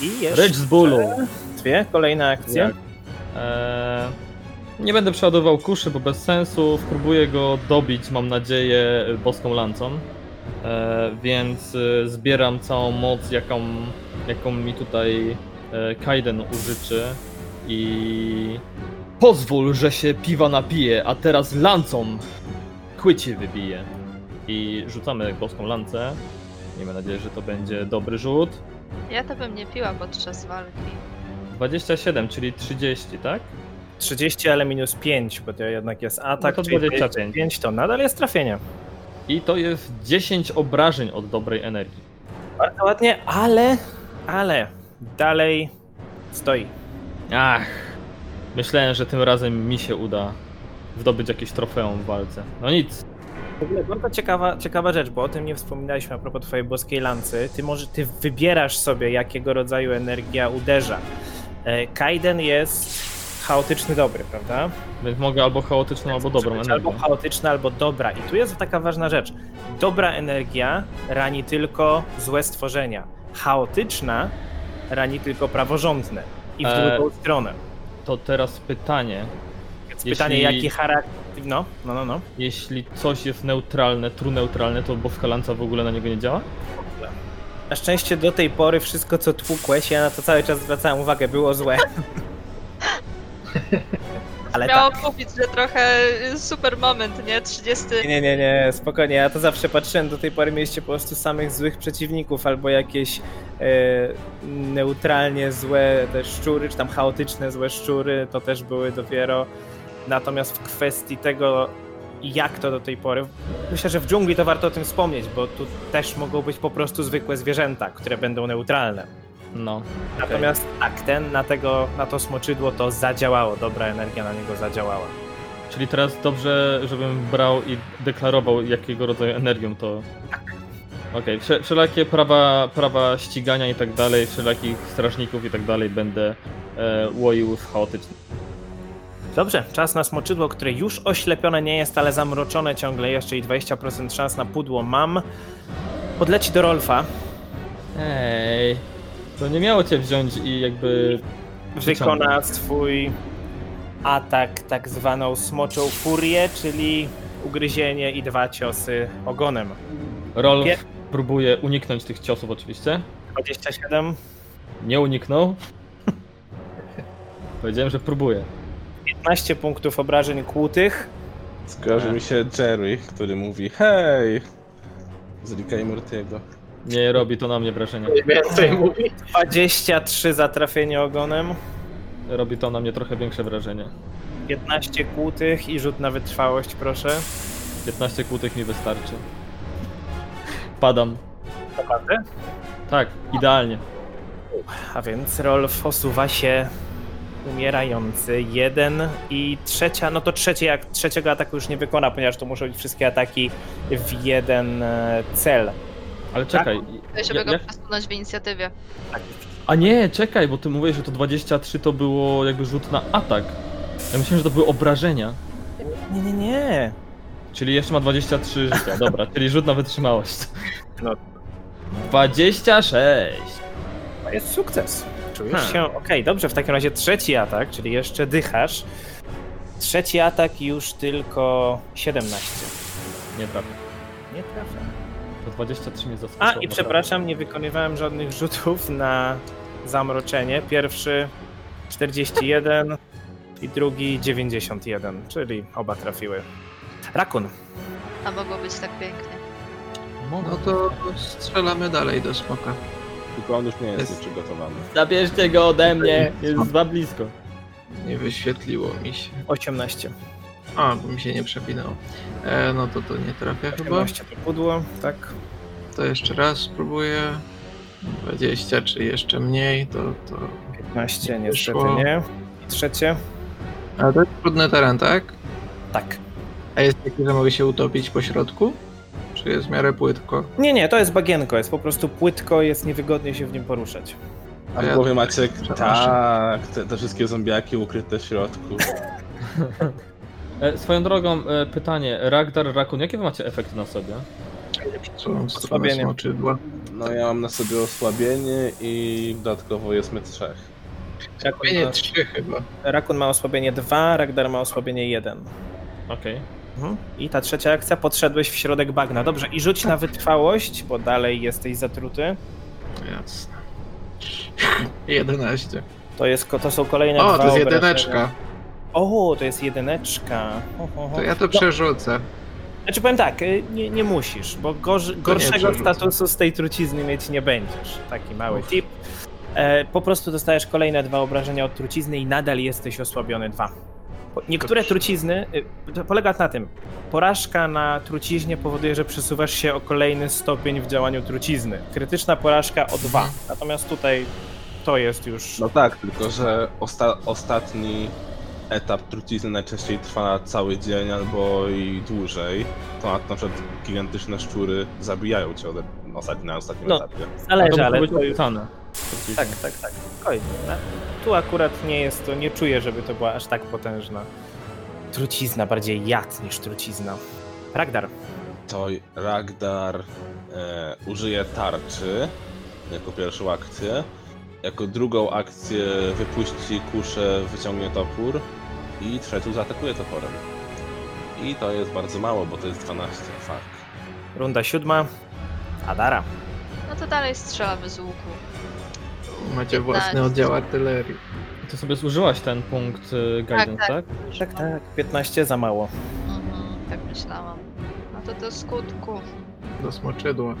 I jeszcze Rycz z bólu! dwie kolejne akcje. Tak. E, nie będę przeładował kuszy, bo bez sensu. Spróbuję go dobić, mam nadzieję, boską lancą. E, więc e, zbieram całą moc, jaką, jaką mi tutaj e, Kaiden użyczy. I pozwól, że się piwa napije, a teraz lancą kłycie wybije. I rzucamy boską lancę. Miejmy nadzieję, że to będzie dobry rzut. Ja to bym nie piła podczas walki. 27, czyli 30, tak? 30, ale minus 5, bo to jednak jest atak. No to czyli 25. 5 to nadal jest trafienie. I to jest 10 obrażeń od dobrej energii. Bardzo ładnie, ale, ale dalej stoi. Ach, myślałem, że tym razem mi się uda zdobyć jakieś trofeum w walce. No nic, W ogóle bardzo ciekawa, ciekawa rzecz, bo o tym nie wspominaliśmy a propos twojej boskiej lancy. Ty może ty wybierasz sobie, jakiego rodzaju energia uderza. E, Kaiden jest chaotyczny dobry, prawda? więc mogę albo chaotyczną, albo No, dobrą energię. Albo chaotyczna, albo dobra. I tu jest taka ważna rzecz. Dobra energia rani tylko złe stworzenia. Chaotyczna rani tylko praworządne. I w E, drugą stronę. To teraz pytanie, Więc jeśli- pytanie, jaki charakter... No, no, no, no. jeśli coś jest neutralne, truneutralne, to boska lanca w ogóle na niego nie działa? Na szczęście do tej pory wszystko, co tłukłeś, ja na to cały czas zwracałem uwagę, było złe. Ale Miało tak. mówić, że trochę y, super moment, nie? 30. Nie, nie, nie, spokojnie, ja to zawsze patrzyłem, do tej pory mieliście po prostu samych złych przeciwników, albo jakieś e, neutralnie złe te szczury, czy tam chaotyczne złe szczury, to też były dopiero. Natomiast w kwestii tego, jak to do tej pory, myślę, że w dżungli to warto o tym wspomnieć, bo tu też mogą być po prostu zwykłe zwierzęta, które będą neutralne. No. Natomiast tak, ten na, tego, na to smoczydło to zadziałało, dobra energia na niego zadziałała. Czyli teraz dobrze, żebym brał i deklarował, jakiego rodzaju energią to. Okej, wsze- wszelakie prawa, prawa ścigania i tak dalej, wszelakich strażników i tak dalej będę e, łoił w chaotyczny. Dobrze, czas na smoczydło, które już oślepione nie jest, ale zamroczone ciągle jeszcze i 20% szans na pudło mam. Podleci do Rolfa, Ej, to nie miało cię wziąć i jakby. wykona swój atak, tak zwaną smoczą furię, czyli ugryzienie i dwa ciosy ogonem. Rolf Pier- próbuje uniknąć tych ciosów oczywiście. 27, Nie uniknął. Powiedziałem, że próbuje. 15 punktów obrażeń kłutych. Skojarzy mi się Jerry, który mówi hej! Z Ricka i Mortiego. Nie robi to na mnie wrażenia. Więcej mówi? 23 za trafienie ogonem. Robi to na mnie trochę większe wrażenie. 15 kłutych i rzut na wytrwałość, proszę. 15 kłótek mi wystarczy. Padam. Naprawdę? Tak, idealnie. A więc Rolf osuwa się umierający. Jeden i trzecia, no to trzecie, jak trzeciego ataku już nie wykona, ponieważ to muszą być wszystkie ataki w jeden e, cel. Tak? Ale czekaj. Tutaj, Ja, żeby go ja, przesunąć w inicjatywie. a nie, czekaj, bo ty mówisz, że to 23 to było jakby rzut na atak. Ja myślałem, że to były obrażenia. Nie, nie, nie. Czyli jeszcze ma 23 życia, dobra, czyli rzut na wytrzymałość. No. 26! To jest sukces. Czujesz Hmm. się. Okej, dobrze, w takim razie trzeci atak, czyli jeszcze dychasz. Trzeci atak już tylko 17. Nie trafia. Nie trafia. To 23 mnie zaskoczyło. A i naprawdę. przepraszam, nie wykonywałem żadnych rzutów na zamroczenie. Pierwszy 41 i drugi 91, czyli oba trafiły. Rakun. A mogło być tak pięknie. Mogę. No to strzelamy dalej do smoka. Tylko on już nie jest Jest. nieprzygotowany. Zabierzcie go ode mnie, jest za blisko. Nie wyświetliło mi się. 18. A, bo mi się nie przepinało. E, no to to nie Tak trafia chyba. 18 to pudło, tak. To jeszcze raz spróbuję. 20 czy jeszcze mniej, to... to... 15 niestety Wyszło. nie. I trzecie. Ale to jest trudny teren, tak? Tak. A jest taki, że mogę się utopić po środku? Czy jest w miarę płytko? Nie, nie, to jest bagienko, jest po prostu płytko, jest niewygodnie się w nim poruszać. A Ja w głowie macie, przepraszam. tak, te, te wszystkie zombiaki ukryte w środku. E, swoją drogą, e, pytanie. Ragdar, Rakun, jakie wy macie efekty na sobie? Przesuwam w stronę Osłabienie. smoczydła. No ja mam na sobie osłabienie i dodatkowo jest my trzech. Rakun Nie, ma, nie, trzy chyba. Rakun ma osłabienie 2, Ragdar ma osłabienie 1. Okej. Mhm. I ta trzecia akcja, podszedłeś w środek bagna. Dobrze, i rzuć na wytrwałość, bo dalej jesteś zatruty. Jasne. 11. To, jest, ko- to są kolejne O, dwa to jest obrażenia. jedyneczka. O, to jest jedyneczka. Ho, ho, ho. To ja to przerzucę. Znaczy powiem tak, y, nie, nie musisz, bo gorz, gorszego przerzucę. statusu z tej trucizny mieć nie będziesz. Taki mały tip. E, po prostu dostajesz kolejne dwa obrażenia od trucizny i nadal jesteś osłabiony dwa. Po- Niektóre Dobrze. trucizny, y, to polega na tym, porażka na truciźnie powoduje, że przesuwasz się o kolejny stopień w działaniu trucizny. Krytyczna porażka o dwa. Natomiast tutaj to jest już... No tak, tylko że osta- ostatni etap trucizny najczęściej trwa cały dzień albo i dłużej. To na, na przykład gigantyczne szczury zabijają cię ode- na ostatnim, na ostatnim No. etapie. Zależy, ale to to już... być ale... Tak, tak, tak. Spokojnie. No. Tu akurat nie jest to, nie czuję, żeby to była aż tak potężna trucizna, bardziej jad niż trucizna. Ragdar. To Ragdar e, użyje tarczy jako pierwszą akcję. Jako drugą akcję wypuści kuszę, wyciągnie topór i trzecią zaatakuje toporem. I to jest bardzo mało, bo to jest 12, fuck. Runda siódma. Adara. No to dalej strzelamy z łuku. Macie własny oddział artylerii. Ty sobie zużyłaś ten punkt y, guidance, tak? tak. Tak, tak. 15 za mało. Mhm, tak myślałam. No to do skutku. Do smoczydła.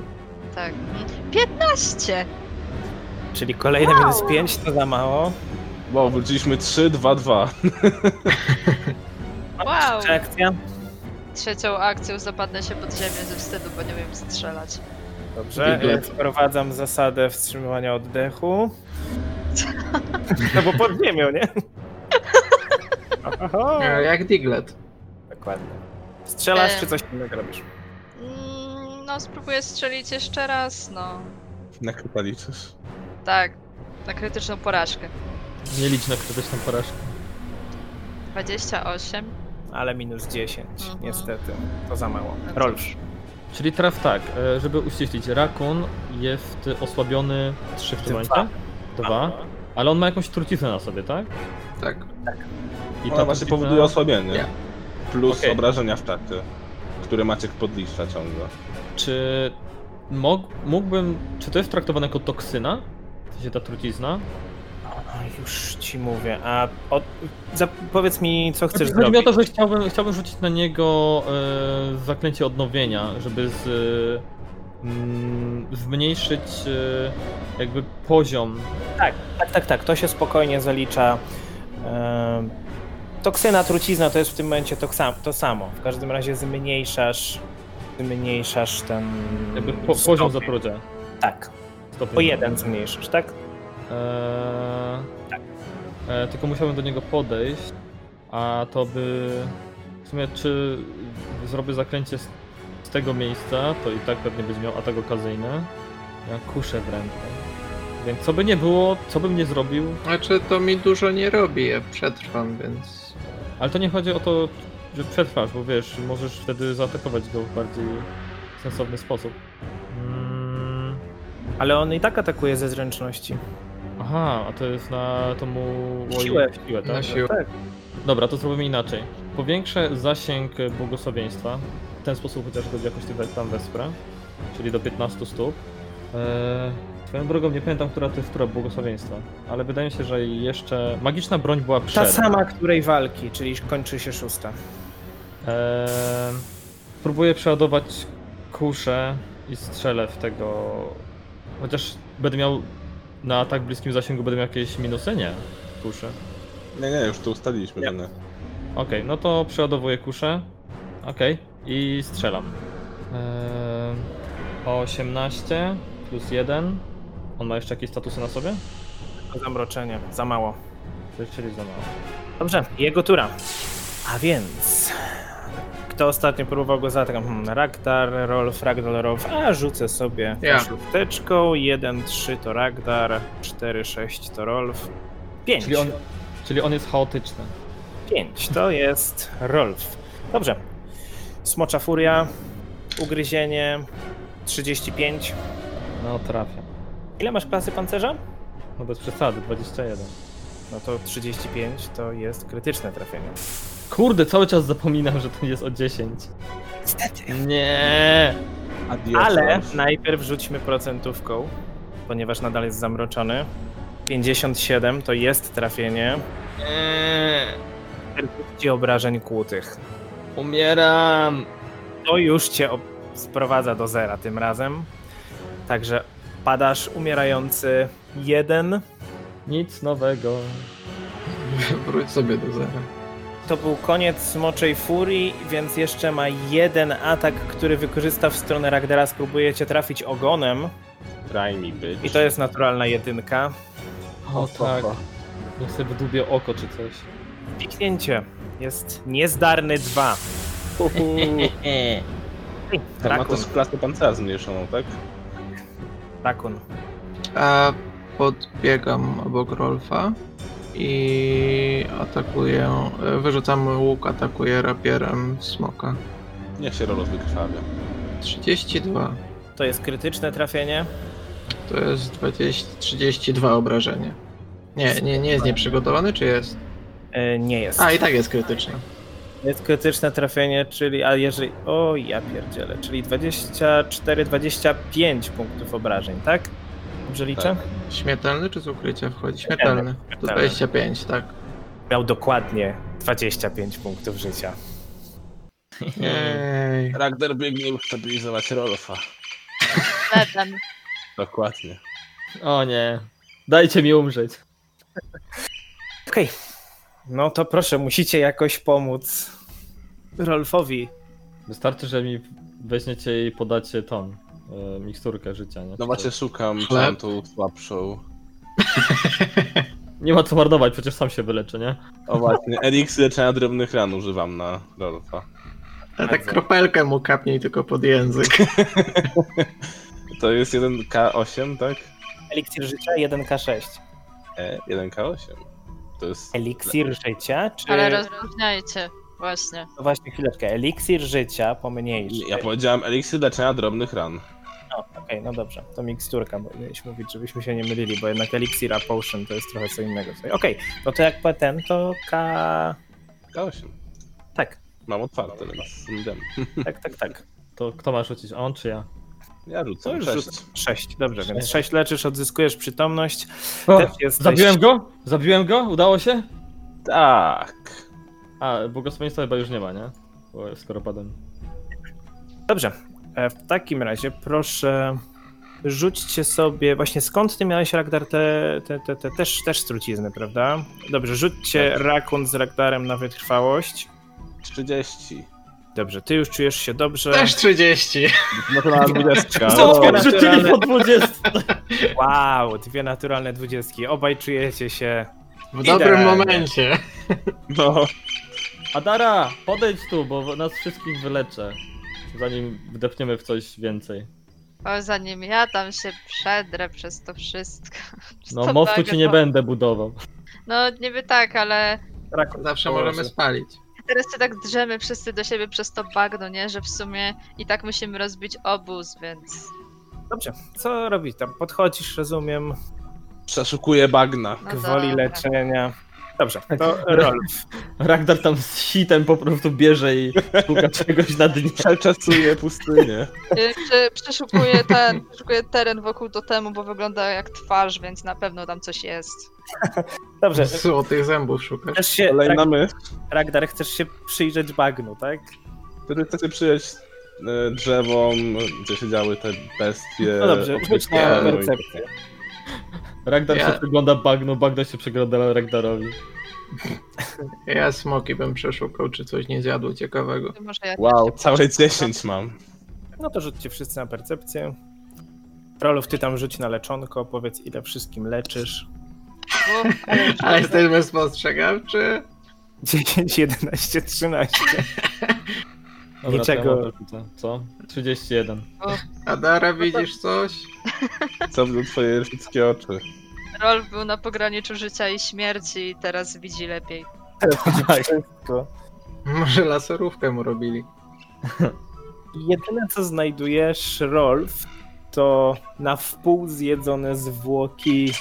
Tak. 15! Czyli kolejne minus 5 to za mało. Wow, wróciliśmy 3, 2, 2. Wow! Trzecia akcja. Trzecią akcją zapadnę się pod ziemię ze wstydu, bo nie wiem strzelać. Dobrze. Biegla. e, Wprowadzam zasadę wstrzymywania oddechu. No bo pod ziemią, nie? Ohoho. E, Jak Diglett. Dokładnie. Strzelasz Em. czy coś innego robisz? Mm, no, spróbuję strzelić jeszcze raz, no. Na kryta liczysz. Tak, na krytyczną porażkę. Nie licz na krytyczną porażkę. 28. ale minus 10, Mhm. niestety. To za mało. No cóż. Rolf. Czyli traf tak, e, żeby uściślić, Rakun jest osłabiony 3 w tym Dwa. momencie. Dwa. Ale on ma jakąś truciznę na sobie, tak? Tak. I I to No, właśnie powoduje osłabienie. Nie. Plus Okej. obrażenia w czacie, które Maciek podliszcza ciągle. Czy mog, mógłbym. Czy to jest traktowane jako toksyna? W sensie ta trucizna? A, Już ci mówię, a od... za... powiedz mi, co chcesz Znaczy, Chodzi mi o zrobić. to, że chciałbym, chciałbym rzucić na niego e, zaklęcie odnowienia, żeby z, mm, zmniejszyć e, jakby poziom. Tak, tak, tak, to się spokojnie zalicza. Em, Toksyna, trucizna to jest w tym momencie to, sam, to samo. W każdym razie zmniejszasz zmniejszasz ten Jakby po, stopień. poziom zatrucia. Mhm. Tak, Stopień. po jeden zmniejszasz, tak? E, e, tylko musiałbym do niego podejść, a to by. W sumie, czy zrobię zaklęcie z, z tego miejsca, to i tak pewnie będzie miał atak okazyjny. Ja kuszę w rękę. Więc co by nie było, co bym nie zrobił, Znaczy to mi dużo nie robi, ja przetrwam, więc... ale to nie chodzi o to, że przetrwasz, bo wiesz, możesz wtedy zaatakować go w bardziej sensowny sposób. Mm, Ale on i tak atakuje ze zręczności. aha, a to jest na to mu Siłę. siłę tak? Na siłę. Tak. Dobra, to zrobimy inaczej. Powiększę zasięg błogosławieństwa. W ten sposób chociaż go jakoś tutaj tam wesprę. Czyli do 15 stóp. Eee, swoją drogą nie pamiętam, która to jest która błogosławieństwa. Ale wydaje mi się, że jeszcze. Magiczna broń była przed. Ta sama, której walki, czyli kończy się szósta. Eee, próbuję przeładować kuszę i strzelę w tego. Chociaż będę miał na tak bliskim zasięgu będę miał jakieś minusy? Nie. Kuszę. Nie, nie, już to ustaliliśmy. Nie. Dany. Okej, no to przeładowuję kuszę. Okej, i strzelam. Eee, o 18 plus 1. On ma jeszcze jakieś statusy na sobie? To zamroczenie, za mało. Czyli za mało. Dobrze, jego tura. A więc. Kto ostatnio próbował go zatkać? Hmm, Ragdar, roll, fragdal, roll. A, rzucę sobie Ja. szósteczką. 1, 3 to Ragdar, 4, 6 to Rolf. 5. Czyli on, czyli on jest chaotyczny. 5 to jest Rolf. Dobrze. Smocza furia, ugryzienie 35. No trafia. Ile masz klasy pancerza? No bez przesady, 21. No to 35 to jest krytyczne trafienie. Kurde, cały czas zapominam, że to jest o 10. Niestety. Nie. Adios, Ale Rolf. najpierw rzućmy procentówką, ponieważ nadal jest zamroczony. 57 to jest trafienie. 40 obrażeń kłutych. Umieram! To już cię ob- sprowadza do zera tym razem. Także padasz umierający jeden. Nic nowego. Wróć sobie do zera. To był koniec Moczej Furii, więc jeszcze ma jeden atak, który wykorzysta w stronę Ragdara. Spróbuje cię trafić ogonem. Daj mi być. I to jest naturalna jedynka. O tak. Niech sobie wydłubię oko czy coś. Piknięcie. Jest niezdarny dwa. Tam Tak, ma Rakun. to z klasy pancera zmniejszoną, tak? Rakun. A podbiegam obok Rolfa i atakuję, wyrzucam łuk, atakuję rapierem smoka. Niech się Rolo wykrwawia. 32. To jest krytyczne trafienie. To jest 20, 32 obrażenie. Nie, nie, nie jest nieprzygotowany, czy jest? E, nie jest. A, i tak jest krytyczny. Jest krytyczne trafienie, czyli. A jeżeli. O, ja pierdzielę. Czyli 24-25 punktów obrażeń, tak? Dobrze liczę? Śmiertelny czy z ukrycia wchodzi? Śmiertelny. To Śmiertelny. 25, tak. Miał dokładnie 25 punktów życia. Jej. Ragnar biegnie ustabilizować Rolfa. Jeden. Dokładnie. O nie. Dajcie mi umrzeć. Okej. No to proszę, musicie jakoś pomóc Rolfowi. Wystarczy, że mi weźmiecie i podacie tą e, miksturkę życia, nie? No właśnie szukam Chleb? czantu słabszą. Nie ma co marnować, przecież sam się wyleczę, nie? O właśnie, eliksy leczenia drobnych ran używam na Rolfa. Ale tak kropelkę mu kapnij tylko pod język. To jest 1K8, tak? Eliksir życia 1K6. E, 1K8. To jest... Eliksir życia, czy. Y. Ale rozróżniajcie. Właśnie. No Właśnie chwileczkę. Eliksir życia pomniejszy. Ja powiedziałem eliksy leczenia drobnych ran. No, Okej, no dobrze, to miksturka, bo mieliśmy mówić, żebyśmy się nie mylili, bo jednak Elixir, a Potion to jest trochę co innego. Okej, no to jak ten, to K... K8. Tak, Mam otwarte, więc idziemy. tak, tak, tak. To kto ma rzucić, on czy ja? Ja To rzucam, już cześć. rzucę. Sześć, dobrze, więc sześć leczysz, odzyskujesz przytomność. O, Też jesteś... zabiłem go? Zabiłem go? Udało się? Tak. A, błogosławieństwa chyba już nie ma, nie? Bo skoro padłem. Dobrze, e, w takim razie proszę rzućcie sobie... Właśnie skąd ty miałeś, Ragdar, te, te, te, te też, też trucizny, prawda? Dobrze, rzućcie Rakun z Ragdarem na wytrwałość. 30. Dobrze, ty już czujesz się dobrze. Też 30. No to na 20. Co, naturalne. rzucili po 20! Wow, dwie naturalne dwudziestki. Obaj czujecie się. W Idealnie. dobrym momencie. No. Adara, podejdź tu, bo nas wszystkich wyleczę. Zanim wdepniemy w coś więcej. O, zanim ja tam się przedrę przez to wszystko. No Co mostu tak, ci nie to- będę budował. No niby tak, ale Zawsze Boże. możemy spalić. teraz się tak drzemy wszyscy do siebie przez to bagno, nie? Że w sumie i tak musimy rozbić obóz, więc... Dobrze, co robić tam? Podchodzisz, rozumiem, Przeszukuję bagna. No gwoli dobra. leczenia. Dobrze, to rol. Ragdar tam z sitem po prostu bierze i szuka czegoś na dnie. Przeczesuje pustynię. Y, Prze przeszukuję, ten, przeszukuję teren wokół totemu, bo wygląda jak twarz, więc na pewno tam coś jest. Dobrze, Złotych zębów szukasz. chcesz się, Kolejna myśl. Rag- Ragdar, chcesz się przyjrzeć bagnu, tak? Wtedy chcecie przyjąć e, drzewom, gdzie siedziały te bestie. No dobrze, rzuć na obrzydliwe, no i- percepcję. Ragdar Ja- się przygląda bagno, bagno się przygląda Ragdarowi. Ja smoki bym przeszukał, czy coś nie zjadło ciekawego. To Może ja Wow, całe 10 mam. No to rzućcie wszyscy na percepcję. Rolów, ty tam rzuć na leczonko, powiedz ile wszystkim leczysz. Uf, ale już Ale jesteśmy spostrzegawczy. 10, 11, 13. Dobra, Niczego. to ja mam też rzucę. Co? 31. Adara, widzisz coś? Co w twoje elfickie oczy? Rolf był na pograniczu życia i śmierci i teraz widzi lepiej. Wszystko. Może laserówkę mu robili. Jedyne co znajdujesz, Rolf, to na wpół zjedzone zwłoki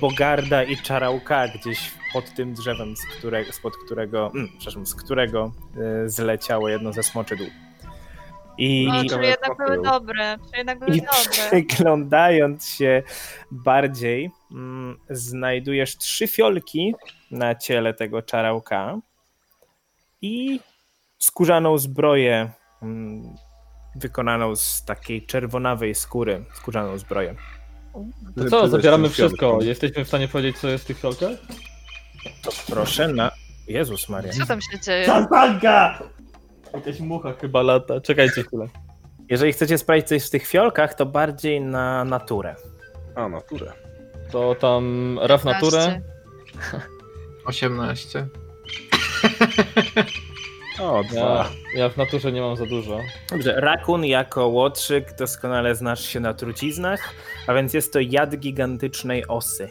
Bogarda i Czarałka gdzieś pod tym drzewem, z którego, spod którego, mm, przepraszam, z którego y, zleciało jedno ze smoczydł. I, No, i, czy jednak były dobre, czy jednak były i dobre. przyglądając się bardziej, mm, znajdujesz trzy fiolki na ciele tego Czarałka i skórzaną zbroję mm, wykonaną z takiej czerwonawej skóry, skórzaną zbroję. To co, zabieramy wszystko. Jesteśmy w stanie powiedzieć, co jest w tych fiolkach? Proszę na... Jezus Maria. Co tam się dzieje? Szantanka! Jakaś mucha chyba lata. Czekajcie chwilę. Jeżeli chcecie sprawdzić coś w tych fiolkach, to bardziej na naturę. A, naturę. To tam raf naturę. 18. O, Ja, dwa. ja w naturze nie mam za dużo. Dobrze, rakun jako łotrzyk doskonale znasz się na truciznach, a więc jest to jad gigantycznej osy.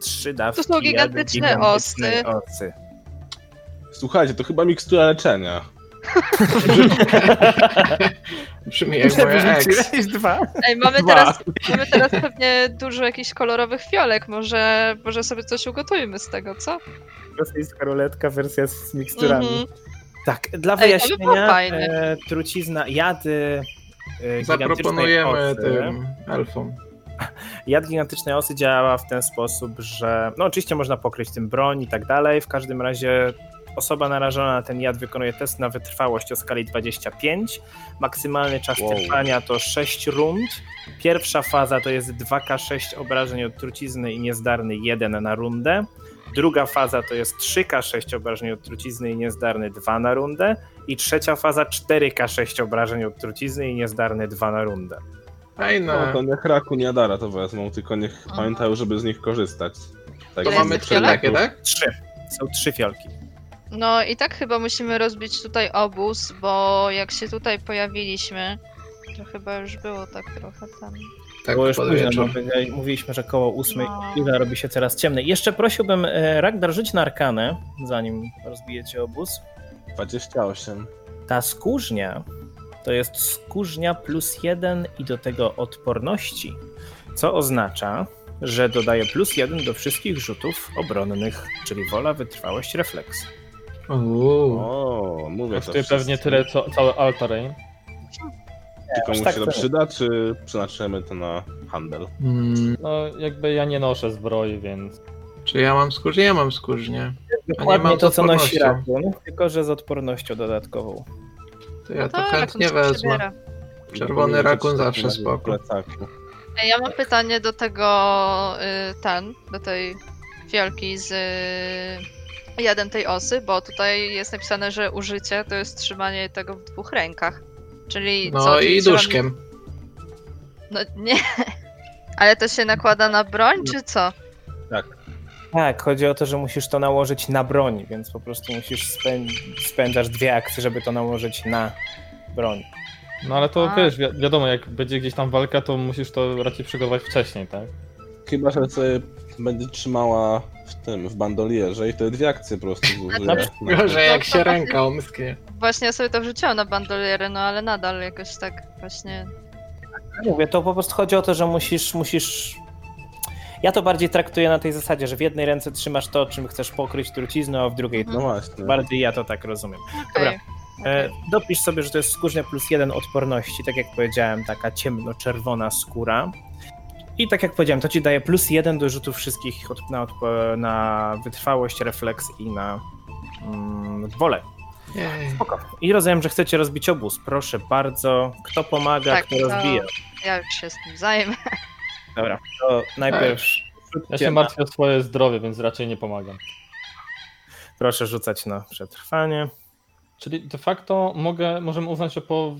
Trzy dawki są gigantyczne jadu gigantycznej osy. osy. Słuchajcie, to chyba mikstura leczenia. Brzmi jak moja ex. Wyrzuciłeś dwa? Ej, mamy Dwa. teraz, mamy teraz pewnie dużo jakichś kolorowych fiolek, może, może sobie coś ugotujmy z tego, co? Rosyjska ruletka, wersja z miksturami. Mhm. Tak, dla Ej, to by było wyjaśnienia fajne. e, trucizna, jady e, gigantycznej Zaproponujemy osy. tym elfom. Jad gigantycznej osy działa w ten sposób, że no oczywiście można pokryć tym broń i tak dalej, w każdym razie osoba narażona na ten jad wykonuje test na wytrwałość o skali 25, maksymalny czas Wow. trwania to 6 rund, pierwsza faza to jest 2k6 obrażeń od trucizny i niezdarny 1 na rundę, druga faza to jest 3k6 obrażeń od trucizny i niezdarny 2 na rundę i trzecia faza 4k6 obrażeń od trucizny i niezdarny 2 na rundę. No, Fajne. to niech raku nie Adara to wezmą, tylko niech Aha. pamiętają, żeby z nich korzystać. Mhm. Tak, To Ile jak mamy jest trzy fiolek? takie, tak? Trzy. Są trzy fiolki. No i tak chyba musimy rozbić tutaj obóz, bo jak się tutaj pojawiliśmy, to chyba już było tak trochę tam. Tak, Było już pod późno, bo wieczór. powiedzieli- mówiliśmy, że koło ósmej No. chwila robi się coraz ciemniej. Jeszcze prosiłbym e, Ragnar rzuć na arkanę, zanim rozbijecie obóz. 28. Ta skórznia to jest skórznia plus jeden i do tego odporności, co oznacza, że dodaje plus jeden do wszystkich rzutów obronnych, czyli wola, wytrwałość, refleks. No. Uuu. O, mówię to Kosztuje pewnie wszystkim. tyle, co cały Altarain. Czy komuś tak się to tyle. przyda, czy przeznaczymy to na handel? Mm, No, jakby ja nie noszę zbroi, więc... czy ja mam skórznię? Ja mam skórznię. Dokładnie mam to, co nosi odpornością. Rakun, tylko że z odpornością dodatkową. To ja to Tak, chętnie on się wezmę. przebiera. Czerwony tak Nie rakun wiem, co zawsze na nim spoko. plecaku. Ej, Ja mam pytanie do tego, y, ten, do tej fiolki z y, jadem tej osy, bo tutaj jest napisane, że użycie to jest trzymanie tego w dwóch rękach. Czyli co? No czyli i trzeba duszkiem. Mi... No nie. Ale to się nakłada na broń, No. czy co? Tak, chodzi o to, że musisz to nałożyć na broń, więc po prostu musisz spęd- spędzasz dwie akcje, żeby to nałożyć na broń. No ale to A. wiesz, wi wiadomo, jak będzie gdzieś tam walka, to musisz to raczej przygotować wcześniej, tak? Chyba, że sobie będzie trzymała w tym, w bandolierze i wtedy dwie akcje po prostu zużyje. Na Na- Gorzej jak No, się to- ręka omsknie. Właśnie ja sobie to wrzuciłam na bandoliery, no ale nadal jakoś tak właśnie. Mówię, to po prostu chodzi o to, że musisz, musisz... Ja to bardziej traktuję na tej zasadzie, że w jednej ręce trzymasz to, czym chcesz pokryć truciznę, a w drugiej to. No właśnie. Bardziej ja to tak rozumiem. Dobra. Okej. E, dopisz sobie, że to jest skórznia plus jeden odporności, tak jak powiedziałem, taka ciemno-czerwona skóra. I tak jak powiedziałem, to ci daje plus jeden do rzutów wszystkich od, na, odpo- na wytrwałość, refleks i na mm, wolę. Jej. I rozumiem, że chcecie rozbić obóz. Proszę bardzo, kto pomaga, Tak, kto to- rozbija. Ja już się z tym zajmę. Dobra, to najpierw Tak. Ja się martwię o swoje zdrowie, więc raczej nie pomagam. proszę rzucać na przetrwanie. Czyli de facto mogę, możemy uznać, że po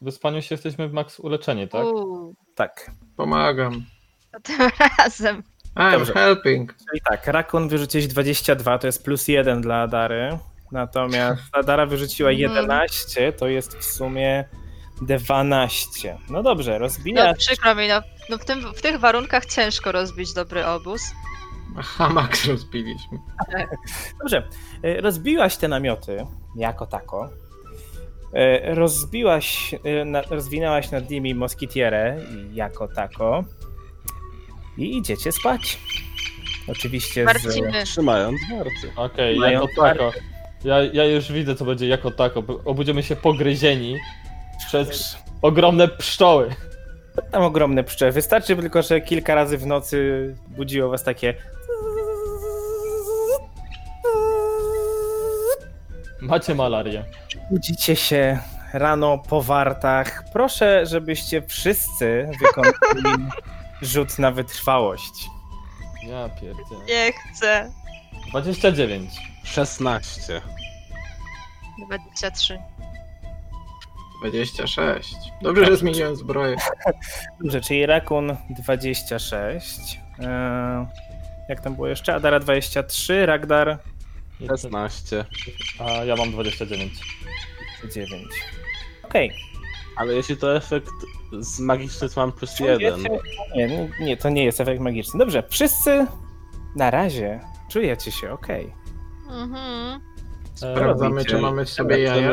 wyspaniu się jesteśmy w maks uleczenie, tak? Uuu, Tak, Pomagam. to tym razem. I'm Dobrze. helping. czyli tak, Rakun wyrzuciłeś 22, to jest plus jeden dla Dary. Natomiast Adara wyrzuciła Mhm. 11, to jest w sumie 12. No dobrze, No rozbijasz. przykro mi, no, no w, tym, w tych warunkach ciężko rozbić dobry obóz. A hamak rozbiliśmy. Dobrze, e, rozbiłaś te namioty jako tako. E, Rozbiłaś, e, na- rozwinęłaś nad nimi moskitierę jako tako. I idziecie spać. Oczywiście z... Marciny, Trzymając warty. Okej, Mają jako tako. Ja, ja już widzę, co będzie jako tako. Obudzimy się pogryzieni przez ogromne pszczoły. Tam ogromne pszcze. Wystarczy tylko, że kilka razy w nocy budziło was takie. Macie malarię. Budzicie się rano po wartach. Proszę, żebyście wszyscy wykonali rzut na wytrwałość. Ja pierdzie. nie chcę. 29. 16. 23. 26. Dobrze, że zmieniłem zbroję. Dobrze, czyli Rakun 26. Eee, jak tam było jeszcze? Adara 23, Ragdar 16. A ja mam 29. 9. Okej. Ale jeśli to efekt z magiczny, to mam plus Czujecie- 1. Nie, nie, nie, to nie jest efekt magiczny. Dobrze, wszyscy na razie czujecie się okej. Mhm. E, Sprawdzamy, czy mamy w sobie jaja.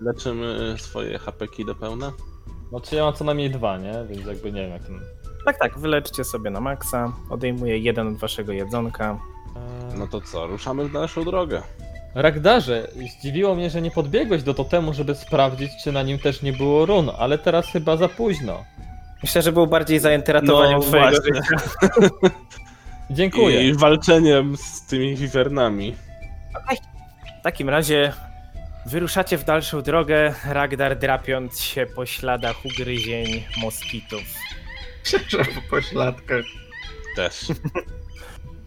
Leczymy, leczymy swoje hapeki do pełna. Znaczy ja mam co najmniej dwa, nie? Więc jakby nie wiem jak ten... Tak, tak, wyleczcie sobie na maksa. Odejmuję jeden od waszego jedzonka. E, No to co, ruszamy w naszą drogę. Ragdarze, zdziwiło mnie, że nie podbiegłeś do totemu, żeby sprawdzić, czy na nim też nie było run, ale teraz chyba za późno. Myślę, że był bardziej zajęty ratowaniem No, twojego właśnie. życia. Dziękuję. I walczeniem z tymi wiwernami. W takim razie wyruszacie w dalszą drogę, Ragdar drapiąc się po śladach ugryzień moskitów. Przepraszam po pośladkach. Też.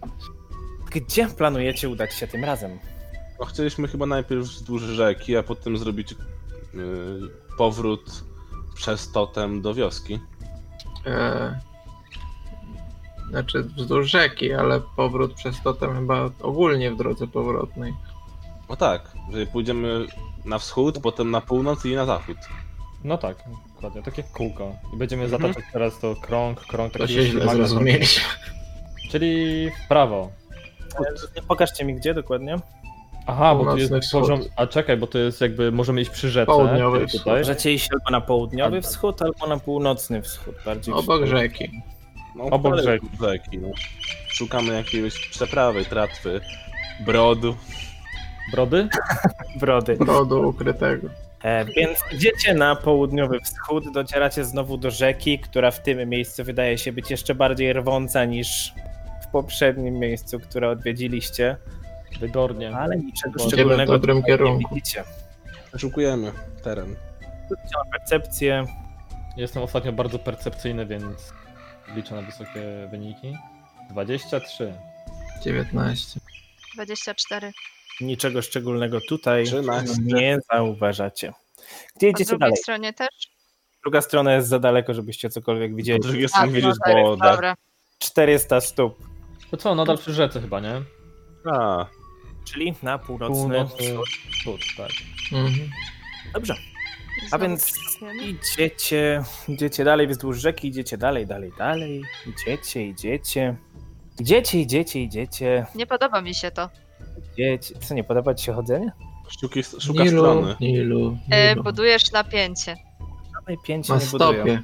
Gdzie planujecie udać się tym razem? No, chcieliśmy chyba najpierw wzdłuż rzeki, a potem zrobić y, powrót przez totem do wioski. E... Znaczy wzdłuż rzeki, ale powrót przez totem chyba ogólnie w drodze powrotnej. No tak, że pójdziemy na wschód, potem na północ i na zachód. No tak, dokładnie, takie kółko. I będziemy Mhm. zataczać teraz to krąg, krąg. To taki się źle magnes- zrozumieliśmy. Czyli w prawo. Pokażcie mi gdzie dokładnie. Aha, bo tu Północny jest wschód. poziom... A czekaj, bo to jest jakby... Możemy iść przy rzece. Południowy czyli wschód. tutaj. Możecie iść albo na południowy wschód, albo na północny wschód. Bardziej w- Obok rzeki. No, Obok ale- rzeki. rzeki no. Szukamy jakiejś przeprawy, tratwy, brodu. Brody? brody. Brodu ukrytego. E, Więc idziecie na południowy wschód, docieracie znowu do rzeki, która w tym miejscu wydaje się być jeszcze bardziej rwąca niż w poprzednim miejscu, które odwiedziliście, Wydornie. ale niczego Idziemy w szczególnego dobrym tutaj nie kierunku. widzicie. Szukujemy teren. Rzućcie na percepcję. Jestem ostatnio bardzo percepcyjny, więc liczę na wysokie wyniki. 23. 19. 24. Niczego szczególnego tutaj 13. nie zauważacie. Gdzie Po idziecie drugiej dalej? stronie też? Druga strona jest za daleko, żebyście cokolwiek Po widzieli. drugiej A, stronie widzisz no tak, wodę. Dobra. 400 stóp, To co, nadal przy rzece chyba, nie? A, czyli na północny Północny wschód. wschód, tak. Mhm. Dobrze. A Znowu więc przesuniemy. idziecie, idziecie dalej wzdłuż rzeki, idziecie dalej, dalej, dalej, idziecie, idziecie, idziecie, idziecie, idziecie, Nie podoba mi się to. idziecie. Co, nie podoba ci się chodzenie? szuki, szuka Nilu, strony. Nilu, E, Nilu. budujesz napięcie. Żadnej pięci Na nie budują. stopie.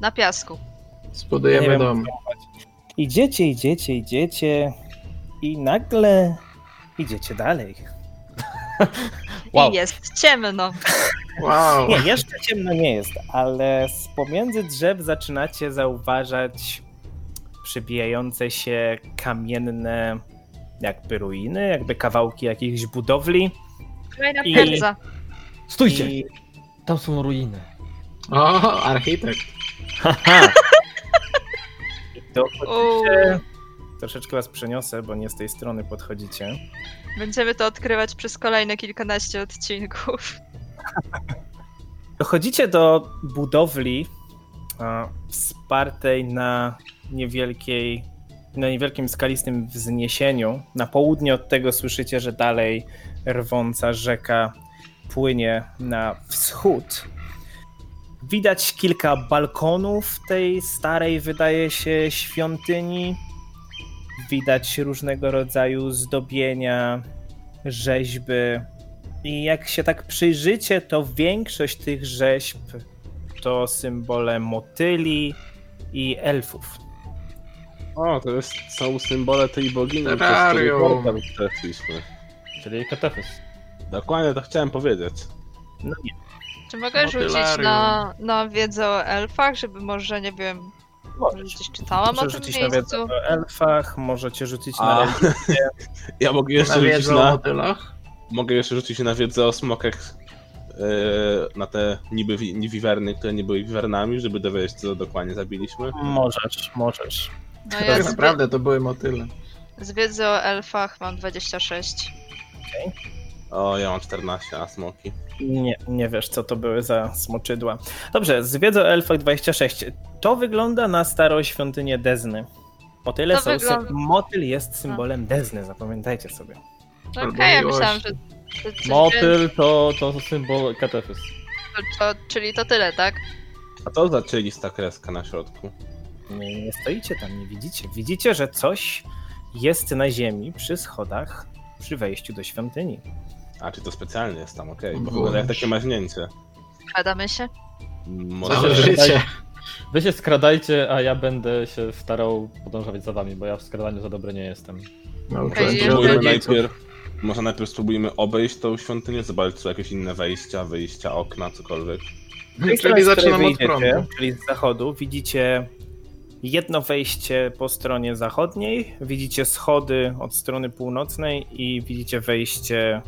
Na piasku. Ja nie Zbudujemy wiem, dom. Idziecie, idziecie, idziecie i nagle idziecie dalej. Wow. I jest ciemno. Wow. Nie, jeszcze ciemno nie jest, ale z pomiędzy drzew zaczynacie zauważać przybijające się kamienne jakby ruiny, jakby kawałki jakichś budowli. Kolejna I- perdza. Stójcie! I Tam są ruiny. O, architekt. dochodzicie. Troszeczkę was przeniosę, bo nie z tej strony podchodzicie. Będziemy to odkrywać przez kolejne kilkanaście odcinków. Dochodzicie do budowli e, wspartej na niewielkiej na niewielkim skalistym wzniesieniu. Na południe od tego słyszycie, że dalej rwąca rzeka płynie na wschód. Widać kilka balkonów tej starej, wydaje się, świątyni. Widać różnego rodzaju zdobienia, rzeźby. I jak się tak przyjrzycie, to większość tych rzeźb to symbole motyli i elfów. O, to jest, są symbole tej bogini, przez Terrarium. którą tam trafiliśmy. Czyli katefys. Dokładnie to chciałem powiedzieć. No nie, Czy mogę rzucić Motylarium. na, na wiedzę o elfach, żeby może, nie wiem, może gdzieś czytałam o Proszę tym rzucić na wiedzę miejscu? o elfach, możecie rzucić na A, ja mogę jeszcze Na rzucić wiedzę o na, motylach? mogę jeszcze rzucić na wiedzę o smokach, yy, na te niby wi- nie wiwerny, które nie były wiwernami, żeby dowiedzieć, co dokładnie zabiliśmy. Możesz, możesz. No Tak ja z, wie- naprawdę to były motyle. z wiedzy o elfach mam 26. O, ja mam 14 na smoki. Nie, nie wiesz, co to były za smoczydła. Dobrze, z wiedzą o elfach 26. To wygląda na starą świątynię Dezny. Motyle To są wygląda- sy- motyl jest symbolem Dezny, zapamiętajcie sobie. No Okej, Albo ja miłość. myślałam, że... że coś Motyl to, to symbol katefys. więcej, to, czyli to tyle, tak? A to za cielista kreska na środku. Nie, nie stoicie tam, nie widzicie. Widzicie, że coś jest na ziemi przy schodach przy wejściu do świątyni. A, czy to specjalnie jest tam, okej, bo Włącz. wygląda jak takie maźnięcie. Badamy się. Całe Może... życie. Wy się skradajcie, a ja będę się starał podążać za wami, bo ja w skradaniu za dobry nie jestem. Okej, Nauczyłem jeszcze- Spróbujmy się najpierw, może najpierw spróbujmy obejść tą świątynię, zobaczyć, czy są jakieś inne wejścia, wyjścia, okna, cokolwiek. Czyli Z której zaczynam od wyjdziecie, prądu. Czyli z zachodu widzicie jedno wejście po stronie zachodniej, widzicie schody od strony północnej i widzicie wejście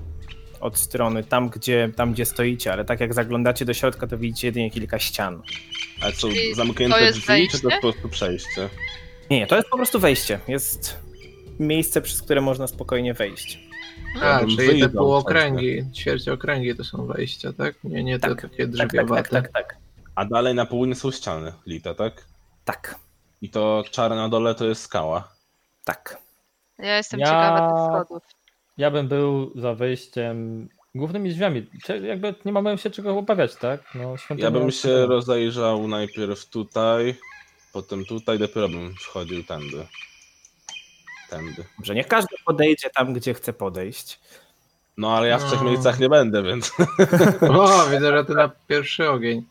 od strony tam, gdzie, tam, gdzie stoicie, ale tak jak zaglądacie do środka, to widzicie jedynie kilka ścian. Ale są Czyli zamknięte to jest drzwi, czy to wejście? po prostu przejście? Nie, nie, to jest po prostu wejście. Jest miejsce, przez które można spokojnie wejść. A, Tam Tak, czyli te wyjdą półokręgi, ćwierciokręgi to są wejścia, tak? Nie, nie te Tak, takie Tak, tak, tak, drzewiowate. tak, tak. A dalej na południe są ściany lite, tak? Tak, I to czarne na dole to jest skała. tak. Ja jestem Ja- ciekawa tych schodów. Ja bym był za wyjściem głównymi drzwiami. Czy jakby nie mamy się czego obawiać, tak? No, świątynia- Ja bym e, się rozejrzał najpierw tutaj, potem tutaj, dopiero bym wchodził tędy. Tędy. Dobrze, niech każdy podejdzie tam, gdzie chce podejść. No ale ja w trzech No. miejscach nie będę, więc tak, O, widzę, że ty na pierwszy ogień.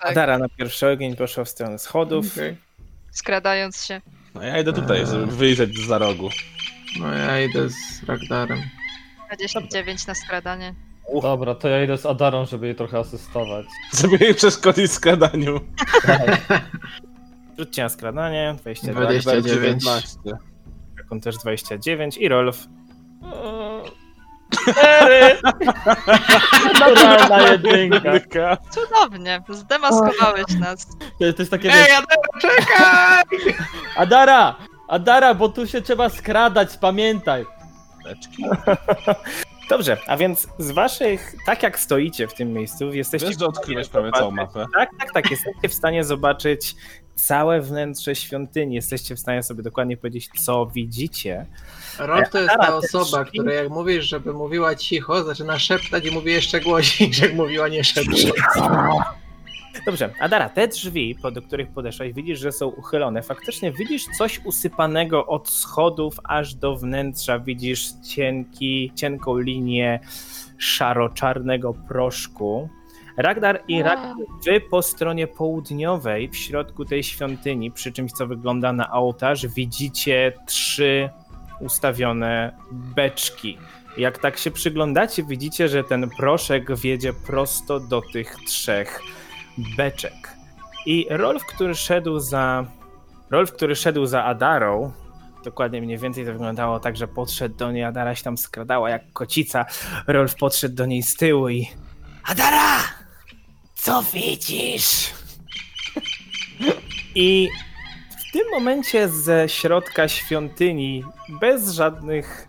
Tak. Dara na pierwszy ogień poszła w stronę schodów. Okej. Skradając się. no, ja idę Eee. tutaj, żeby wyjrzeć z za rogu. No ja idę z Ragdarem. 29 na skradanie. Dobra, to ja idę z Adarą, żeby jej trochę asystować. Żeby jej przeszkodzić skadaniu. Rzućcie na skradanie, 22. Tak, 29. 19. Rakun też 29 i Rolf. Eee. Naturalna jedynka. Cudownie, zdemaskowałeś nas. To jest takie... Ej, Eee. ja czekaj! Adara! Adara, bo tu się trzeba skradać, pamiętaj! Dobrze, a więc z waszych, tak jak stoicie w tym miejscu, jesteście. Wiesz, że odkryłeś prawie całą mapę. Tak, tak, tak, jesteście w stanie zobaczyć całe wnętrze świątyni. Jesteście w stanie sobie dokładnie powiedzieć, co widzicie. Rolf to jest Ragdara ta też. osoba, która jak mówisz, żeby mówiła cicho, zaczyna szeptać i mówi jeszcze głośniej, niż jak mówiła nie szepcze. Dobrze, Adara, te drzwi, po- do których podeszłaś, widzisz, że są uchylone. Faktycznie widzisz coś usypanego od schodów aż do wnętrza. Widzisz cienki, cienką linię szaro-czarnego proszku. Ragnar i Wow. Ragnar, wy po stronie południowej, w środku tej świątyni, przy czymś, co wygląda na ołtarz, widzicie trzy ustawione beczki. Jak tak się przyglądacie, widzicie, że ten proszek wiedzie prosto do tych trzech beczek. I Rolf, który szedł za. Rolf, który szedł za Adarą, dokładnie mniej więcej to wyglądało tak, że podszedł do niej, Adara się tam skradała jak kocica. Rolf podszedł do niej z tyłu i. Adara! Co widzisz? I w tym momencie ze środka świątyni, bez żadnych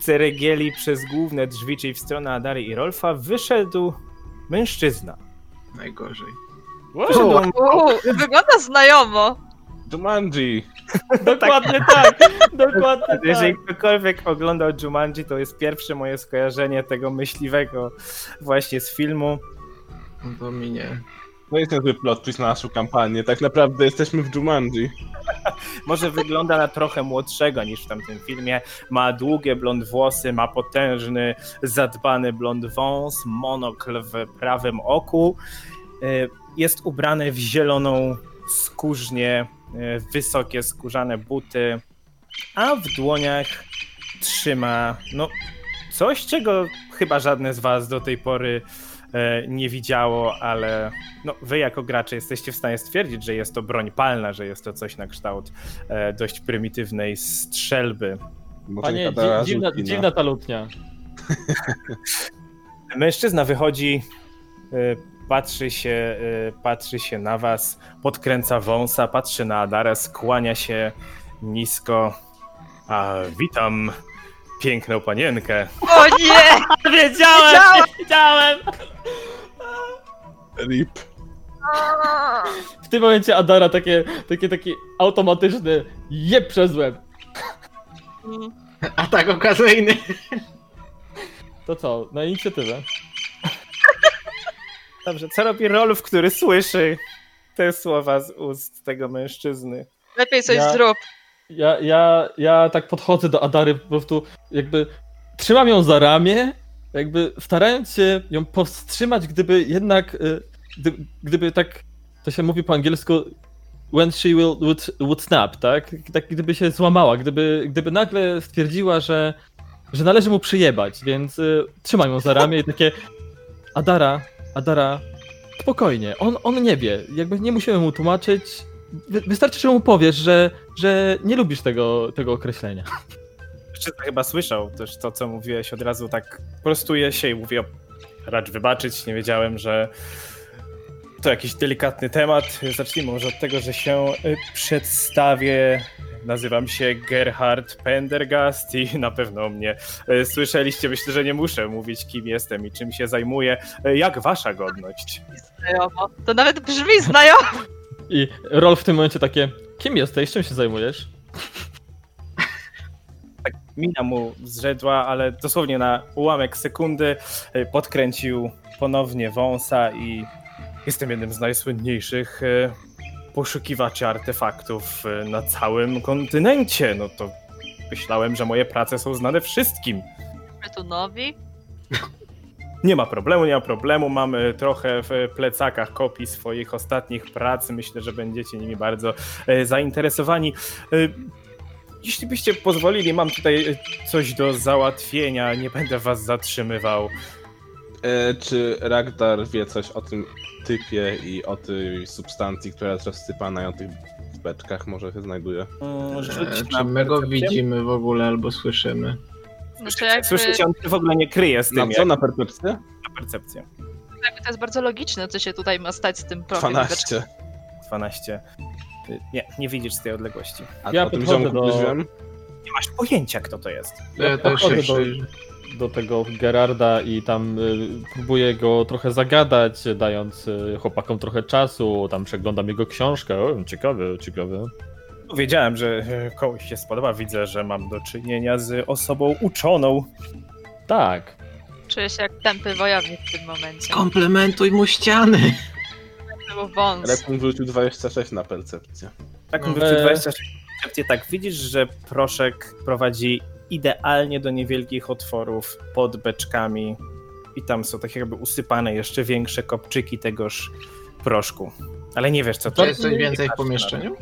ceregieli przez główne drzwi, czyli w stronę Adary i Rolfa, wyszedł mężczyzna. Najgorzej. Wyszedł Uuu, wygląda znajomo. Jumanji! Dokładnie tak! Dokładnie Jeżeli tak! ktokolwiek oglądał Jumanji, to jest pierwsze moje skojarzenie tego myśliwego właśnie z filmu. No to mi nie. No jest niezły plot twist na naszą kampanię. Tak naprawdę jesteśmy w Jumanji. Może wygląda na trochę młodszego niż w tamtym filmie. Ma długie blond włosy, ma potężny, zadbany blond wąs, monokl w prawym oku. Y, Jest ubrany w zieloną skórznię, y, wysokie skórzane buty, a w dłoniach trzyma no coś, czego chyba żadne z was do tej pory e, nie widziało, ale no, wy jako gracze jesteście w stanie stwierdzić, że jest to broń palna, że jest to coś na kształt e, dość prymitywnej strzelby. Może nie Panie, gadała dzi- dziwna, Żukina. dziwna ta lutnia. Mężczyzna wychodzi, e, patrzy się, e, patrzy się na was, podkręca wąsa, patrzy na Adara, skłania się nisko. A witam piękną panienkę. O nie! Wiedziałem! Wiedziałem! RIP. W tym momencie Adara takie, takie, taki automatyczny jeb przez łeb. Mm, Atak okazyjny! To co, na inicjatywę? Dobrze, co robi Rolf, który słyszy te słowa z ust tego mężczyzny? Lepiej coś Ja- zrób. Ja, ja, ja tak podchodzę do Adary po prostu jakby trzymam ją za ramię, jakby starając się ją powstrzymać, gdyby jednak, y, gdy, gdyby tak, to się mówi po angielsku when she will, would, would snap, tak? Tak gdyby się złamała, gdyby, gdyby nagle stwierdziła, że, że należy mu przyjebać, więc y, trzymam ją za ramię i takie Adara, Adara, spokojnie, on, on nie wie, jakby nie musimy mu tłumaczyć, Wy, wystarczy, że mu powiesz, że, że nie lubisz tego, tego określenia. Mężczyzna chyba słyszał też to, co mówiłeś od razu, tak prostuje się i mówi o... Racz wybaczyć, nie wiedziałem, że to jakiś delikatny temat. Zacznijmy może od tego, że się y, przedstawię. Nazywam się Gerhard Pendergast i na pewno o mnie y, słyszeliście. Myślę, że nie muszę mówić, kim jestem i czym się zajmuję. Y, Jak wasza godność? Znajomo. To nawet brzmi znajomo. I Rolf w tym momencie takie, kim jesteś, czym się zajmujesz? Mina mu zrzedła, ale dosłownie na ułamek sekundy e, podkręcił ponownie wąsa i jestem jednym z najsłynniejszych e, poszukiwaczy artefaktów e, na całym kontynencie. No to myślałem, że moje prace są znane wszystkim. My tu nowi. Nie ma problemu, nie ma problemu. Mamy trochę w plecakach kopii swoich ostatnich prac. Myślę, że będziecie nimi bardzo e, zainteresowani. E, Jeśli byście pozwolili, mam tutaj e, coś do załatwienia. Nie będę was zatrzymywał. E, czy Ragdar wie coś o tym typie i o tej substancji, która jest rozsypana i o tych beczkach może się znajduje? Mm, rzuć E, na Czy my go percepcję. widzimy w ogóle albo słyszymy? Znaczy Słyszycie, jakby, Tak, słyszycie, on się w ogóle nie kryje z tym, Na jak co? Na percepcję? na percepcję. jakby to jest bardzo logiczne, co się tutaj ma stać z tym progiem. 12. 12. Y, Nie, nie widzisz z tej odległości. A Ja o tym podchodzę ziomku do- coś wiem? Nie masz pojęcia, kto to jest. Ja, Ja też się podchodzę do- przyjrzę. Do tego Gerarda i tam y, próbuję go trochę zagadać, dając y, chłopakom trochę czasu, tam przeglądam jego książkę, o, ciekawe, ciekawe. Wiedziałem, że y, komuś się spodoba. Widzę, że mam do czynienia z osobą uczoną. Tak, Czuję się jak tępy wojownik w tym momencie. Komplementuj mu ściany! To był wąs. Rekun wrzucił 26 na percepcję. Tak, No. mówię, przy Eee. 26 recepcje, tak, widzisz, że proszek prowadzi idealnie do niewielkich otworów pod beczkami i tam są takie jakby usypane jeszcze większe kopczyki tegoż proszku. Ale nie wiesz, co to Czy jest coś więcej w pomieszczeniu?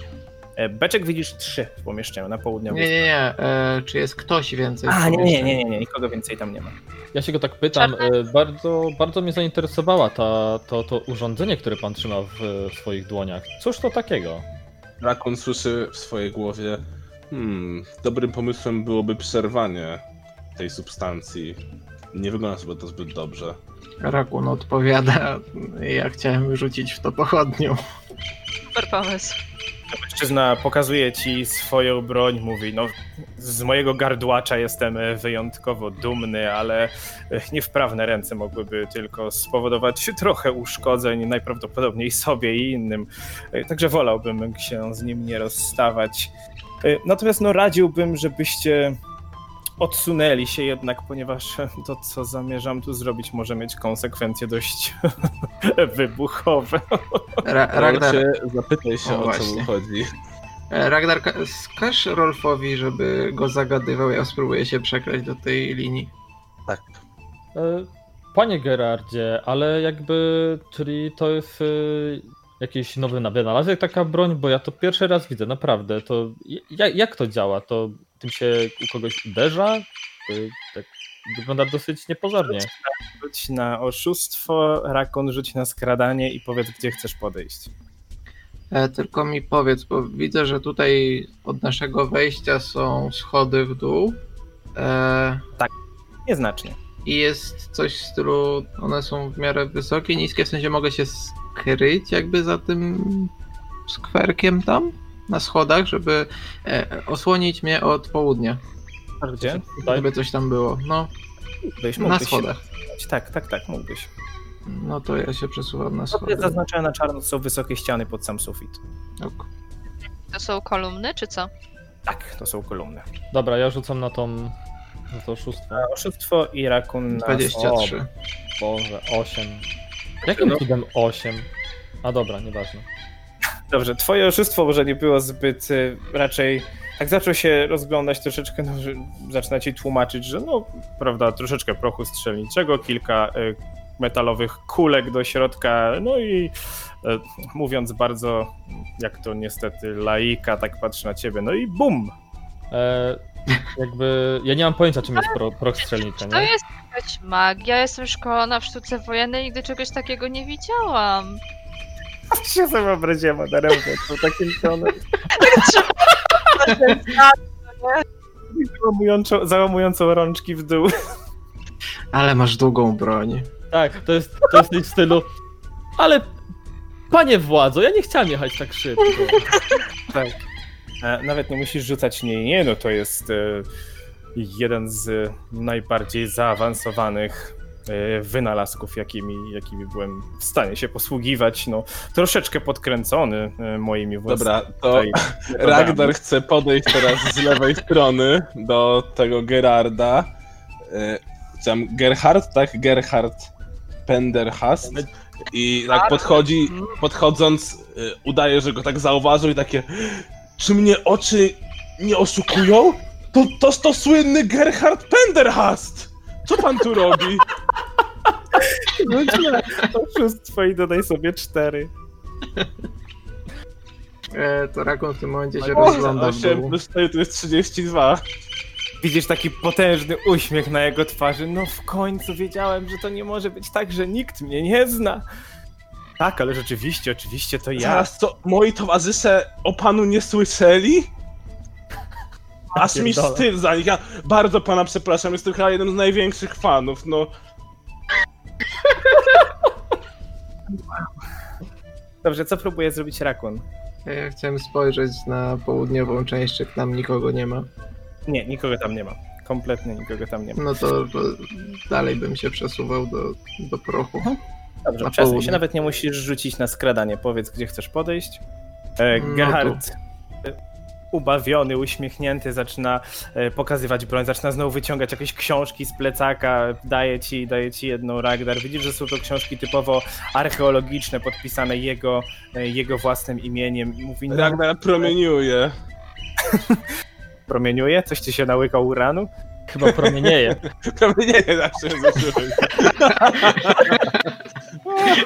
E, Beczek widzisz trzy w pomieszczeniu na południu. Nie, nie, nie. E, czy jest ktoś więcej w A, nie, pomieszczeniu? nie, nie, nie, nie, nikogo więcej tam nie ma. ja się go tak pytam, y, bardzo, bardzo mnie zainteresowała ta, to, to urządzenie, które pan trzyma w, w swoich dłoniach. Cóż to takiego? Rakun słyszy w swojej głowie hmm, dobrym pomysłem byłoby przerwanie tej substancji. Nie wygląda sobie to zbyt dobrze. Rakun odpowiada. Ja chciałem rzucić w to pochodnią. Super pomysł. mężczyzna pokazuje ci swoją broń, mówi, no z mojego gardłacza jestem e, wyjątkowo dumny, ale e, niewprawne ręce mogłyby tylko spowodować trochę uszkodzeń, najprawdopodobniej sobie i innym. E, Także wolałbym się z nim nie rozstawać. E, Natomiast no radziłbym, żebyście odsunęli się jednak, ponieważ to, co zamierzam tu zrobić, może mieć konsekwencje dość wybuchowe. Ra- Ragnar, Ragnar... Zapytaj się O, o, co właśnie. mu chodzi. e, Ragnar, ka- skaż Rolfowi, żeby go zagadywał. Ja spróbuję się przekraść do tej linii. Tak. E, Panie Gerardzie, ale jakby, czyli to jest e, jakiś nowy na- wynalazek taka broń, bo ja to pierwszy raz widzę, naprawdę. To jak, jak to działa? To tym się u kogoś uderza? E, Tak wygląda dosyć niepozornie. Rzuć na oszustwo, Rakon rzuć na skradanie i powiedz, gdzie chcesz podejść. E, Tylko mi powiedz, bo widzę, że tutaj od naszego wejścia są schody w dół. E, Nieznacznie. I jest coś w stylu, one są w miarę wysokie, niskie, w sensie mogę się skryć jakby za tym skwerkiem tam na schodach, żeby e, osłonić mnie od południa, A gdzie? Tutaj żeby coś tam było. No, Byś na mógłbyś schodach. Się... Tak, tak, tak, mógłbyś. No to ja się przesuwam na schody. Sobie zaznaczone na czarno są wysokie ściany pod sam sufit. Ok. To są kolumny, czy co? Tak, to są kolumny. Dobra, ja rzucam na tą. na to oszustwo. Na oszustwo i Rakun na... 23. Boże, 8. No. Jakim cudem 8? A dobra, nieważne. Dobrze, twoje oszustwo może nie było zbyt y, raczej. Tak zaczął się rozglądać troszeczkę, no, że zaczyna ci tłumaczyć, że no, prawda, troszeczkę prochu strzelniczego, kilka y, metalowych kulek do środka, no i y, mówiąc bardzo, jak to niestety laika, tak patrzy na ciebie, no i bum! E, jakby. Ja nie mam pojęcia, czym jest pro, proch strzelniczy, Czy nie? to jest jakaś magia? Jestem szkolona w sztuce wojennej, nigdy czegoś takiego nie widziałam. Aż się sobie wyobraziłem, Adarewne, to takim tonem. Załamującą, załamującą rączki w dół. Ale masz długą broń. Tak, to jest, to jest coś w stylu. Ale panie władzo, ja nie chciałem jechać tak szybko. E, Nawet nie musisz rzucać nie, nie, no to jest e, jeden z najbardziej zaawansowanych e, wynalazków, jakimi, jakimi byłem w stanie się posługiwać. No, troszeczkę podkręcony e, moimi własnymi. Dobra, to Ragnar chce podejść teraz z lewej strony do tego Gerarda. E, Tam Gerhard, tak? Gerhard Penderhast. I tak podchodzi, podchodząc, e, udaje, że go tak zauważył i takie Czy mnie oczy nie oszukują? To, to, to słynny Gerhard Penderhast! Co pan tu robi? Rzuć na oszustwo i dodaj sobie cztery. E, to Rakun w tym momencie się rozgląda w 8 dół. plus 4 to jest 32. Widzisz taki potężny uśmiech na jego twarzy. No w końcu wiedziałem, że to nie może być tak, że nikt mnie nie zna. Tak, ale rzeczywiście, oczywiście to ja. Zaraz, co? Moi towarzysze o panu nie słyszeli? Aż mi Pierdolę. wstyd za nich. Ja bardzo pana przepraszam, jestem chyba jednym z największych fanów, no. Dobrze, co próbuje zrobić Rakun? E, Ja chciałem spojrzeć na południową część, czy tam nikogo nie ma. Nie, nikogo tam nie ma. Kompletnie nikogo tam nie ma. No to ro- dalej bym się przesuwał do, do prochu. Dobrze, przesuń Na się, południe. nawet nie musisz rzucić na skradanie. Powiedz, gdzie chcesz podejść. E, No Gerhard, e, ubawiony, uśmiechnięty, zaczyna e, pokazywać broń, zaczyna znowu wyciągać jakieś książki z plecaka, daje ci, daje ci jedną Ragdar. Widzisz, że są to książki typowo archeologiczne, podpisane jego, e, jego własnym imieniem. I Mówi, no, Ragnar promieniuje. promieniuje? Coś ci się nałykał uranu? Chyba promienieje. Promienieje zawsze zaszyłem.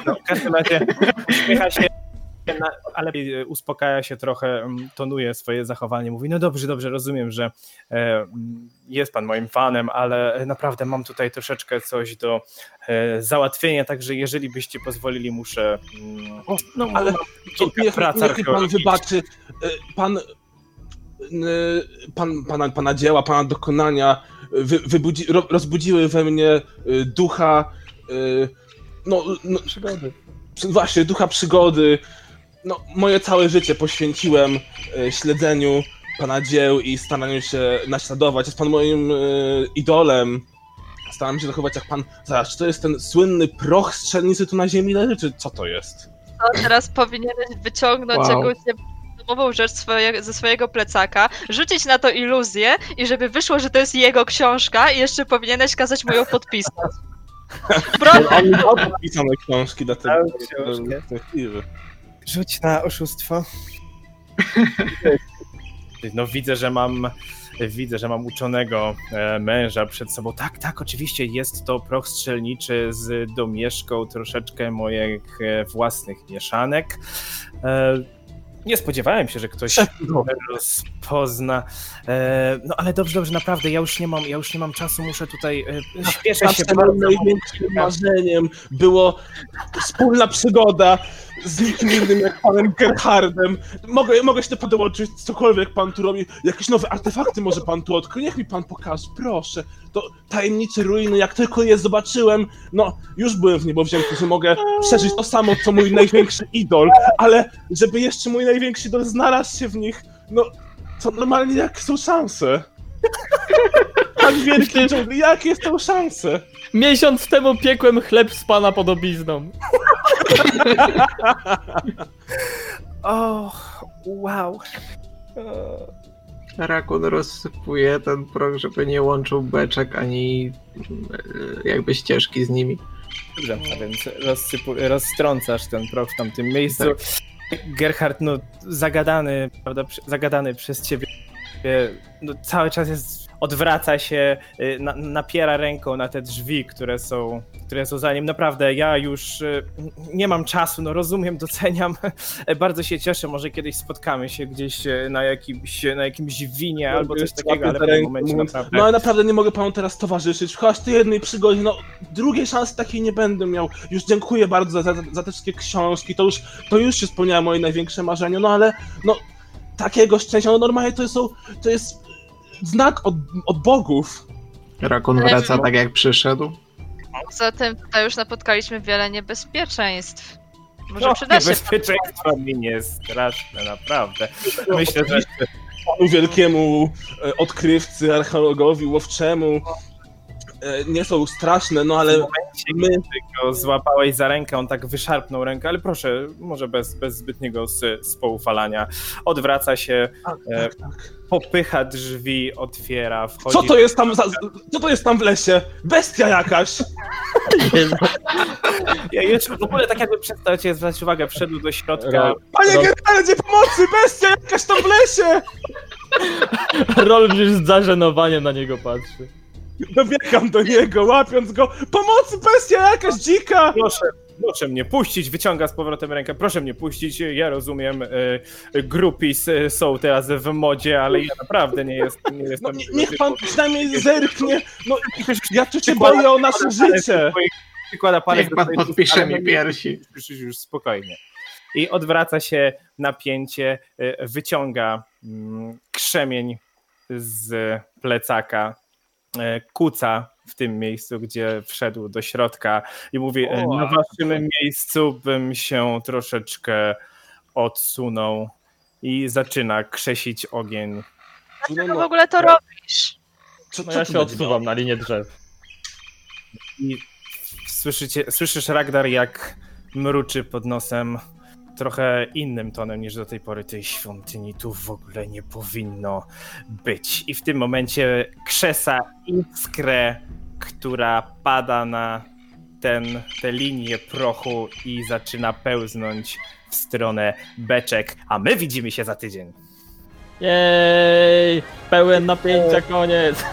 No, w każdym razie uśmiecha się, na- ale e, uspokaja się trochę, mm, tonuje swoje zachowanie. Mówi, no dobrze, dobrze, rozumiem, że e, mm, jest pan moim fanem, ale naprawdę mam tutaj troszeczkę coś do e, załatwienia, także jeżeli byście pozwolili, muszę... mm, No, ale mam To kilka niech, prac niech mi pan archeologicznych. wybaczy. e, Pan. e, Pan, pana, pana dzieła, pana dokonania e, wy, wybudzi, ro, rozbudziły we mnie e, ducha. e, No, no, Przygody. przy- właśnie, ducha przygody. no, moje całe życie poświęciłem e, śledzeniu pana dzieł i staraniu się naśladować. Jest pan moim e, idolem. Staram się zachować jak pan. Zaraz, czy to jest ten słynny proch z strzelnicy tu na ziemi leży, czy co to jest? To teraz powinieneś wyciągnąć Wow. jakąś domową rzecz swoje, ze swojego plecaka, rzucić na to iluzję i żeby wyszło, że to jest jego książka i jeszcze powinieneś kazać mu ją podpisać. Proszę, On mi dał podpisane książki, dlatego. Dał książkę. szczęśliwy. Rzuć na oszustwo. No widzę, że mam widzę, że mam uczonego e, męża przed sobą. Tak, tak, oczywiście jest to proch strzelniczy z domieszką troszeczkę moich e, własnych mieszanek. E, Nie spodziewałem się, że ktoś rozpozna. E, No ale dobrze, dobrze, naprawdę, ja już nie mam, ja już nie mam czasu, muszę tutaj e, śpieszę się. Zawsze moim największym marzeniem było wspólna przygoda z nikim innym jak panem Gerhardem. Mogę, mogę się podłączyć, cokolwiek pan tu robi. Jakieś nowe artefakty może pan tu odkrył. Niech mi pan pokaże, proszę. To tajemnicze ruiny, jak tylko je zobaczyłem, no już byłem w niebo wzięty, że mogę przeżyć to samo, co mój największy idol, ale żeby jeszcze mój największy idol znalazł się w nich, no to normalnie jak są szanse. Tak wielkie dżungli, jakie są szanse? Miesiąc temu piekłem chleb z pana podobizną. Och, wow. Rakun rozsypuje ten proch, żeby nie łączył beczek ani e, jakby ścieżki z nimi. Dobrze, a więc rozsypu, roztrącasz ten proch w tamtym miejscu. Tak. Gerhard, no zagadany, prawda, przy- zagadany przez ciebie, e, no, cały czas jest, odwraca się, e, na, napiera ręką na te drzwi, które są, które są za nim. Naprawdę, ja już e, nie mam czasu, no rozumiem, doceniam, E, bardzo się cieszę, może kiedyś spotkamy się gdzieś e, na jakimś, na jakimś winie albo coś Jeszcze takiego, ale w łapię No, za tym rękę, momencie mówiąc, naprawdę... No ale naprawdę nie mogę panu teraz towarzyszyć. Chociaż tej jednej przygodzie, no drugiej szansy takiej nie będę miał. Już dziękuję bardzo za, za, za te wszystkie książki. To już, to już się spełniało moje największe marzenie, no ale no takiego szczęścia, no normalnie to są, to jest znak od, od bogów. Rakun Ale- wraca tak jak przyszedł. poza tym tutaj już napotkaliśmy wiele niebezpieczeństw. Może No, przyda się Bezpieczeństwo mi nie jest straszne, naprawdę. Myślę, że Panu wielkiemu e, odkrywcy, archeologowi, łowczemu. E, nie są straszne, no ale my go złapałeś za rękę, on tak wyszarpnął rękę, ale proszę, może bez, bez zbytniego s, spoufalania. Odwraca się, e, tak, popycha drzwi, otwiera, wchodzi. Co to jest tam za, co to jest tam w lesie? Bestia jakaś! Ja jeszcze w ogóle tak jakby przestał cię zwracać uwagę, wszedł do środka. Ro- Panie Rob- Geraldzie, pomocy! Bestia jakaś tam w lesie! Rolf już z zażenowaniem na niego patrzy. Dobiegam do niego, łapiąc go. Pomocy, bestia jakaś dzika! Proszę, proszę mnie puścić, wyciąga z powrotem rękę, proszę mnie puścić, ja rozumiem, e, groupies e, są teraz w modzie, ale ja naprawdę nie jestem... Nie No, jestem nie- niech pan przynajmniej zerknie. No, ja tu się Przykładam- boję o nasze życie. Przykłada palec Niech do pan swojej podpisze ust, ale mi piersi. już, już, już spokojnie. I odwraca się napięcie, y, wyciąga mm, krzemień z plecaka, y, kuca w tym miejscu, gdzie wszedł do środka i mówi, y, na waszym miejscu bym się troszeczkę odsunął i zaczyna krzesić ogień. No, tak, w ogóle to robisz. Co, No ja się odsuwam na linię drzew. I słyszycie, słyszysz Ragdar, jak mruczy pod nosem trochę innym tonem niż do tej pory tej świątyni tu w ogóle nie powinno być. I w tym momencie krzesa iskrę, która pada na ten, tę linię prochu i zaczyna pełznąć w stronę beczek, a my widzimy się za tydzień. Jej! Pełen napięcia, koniec!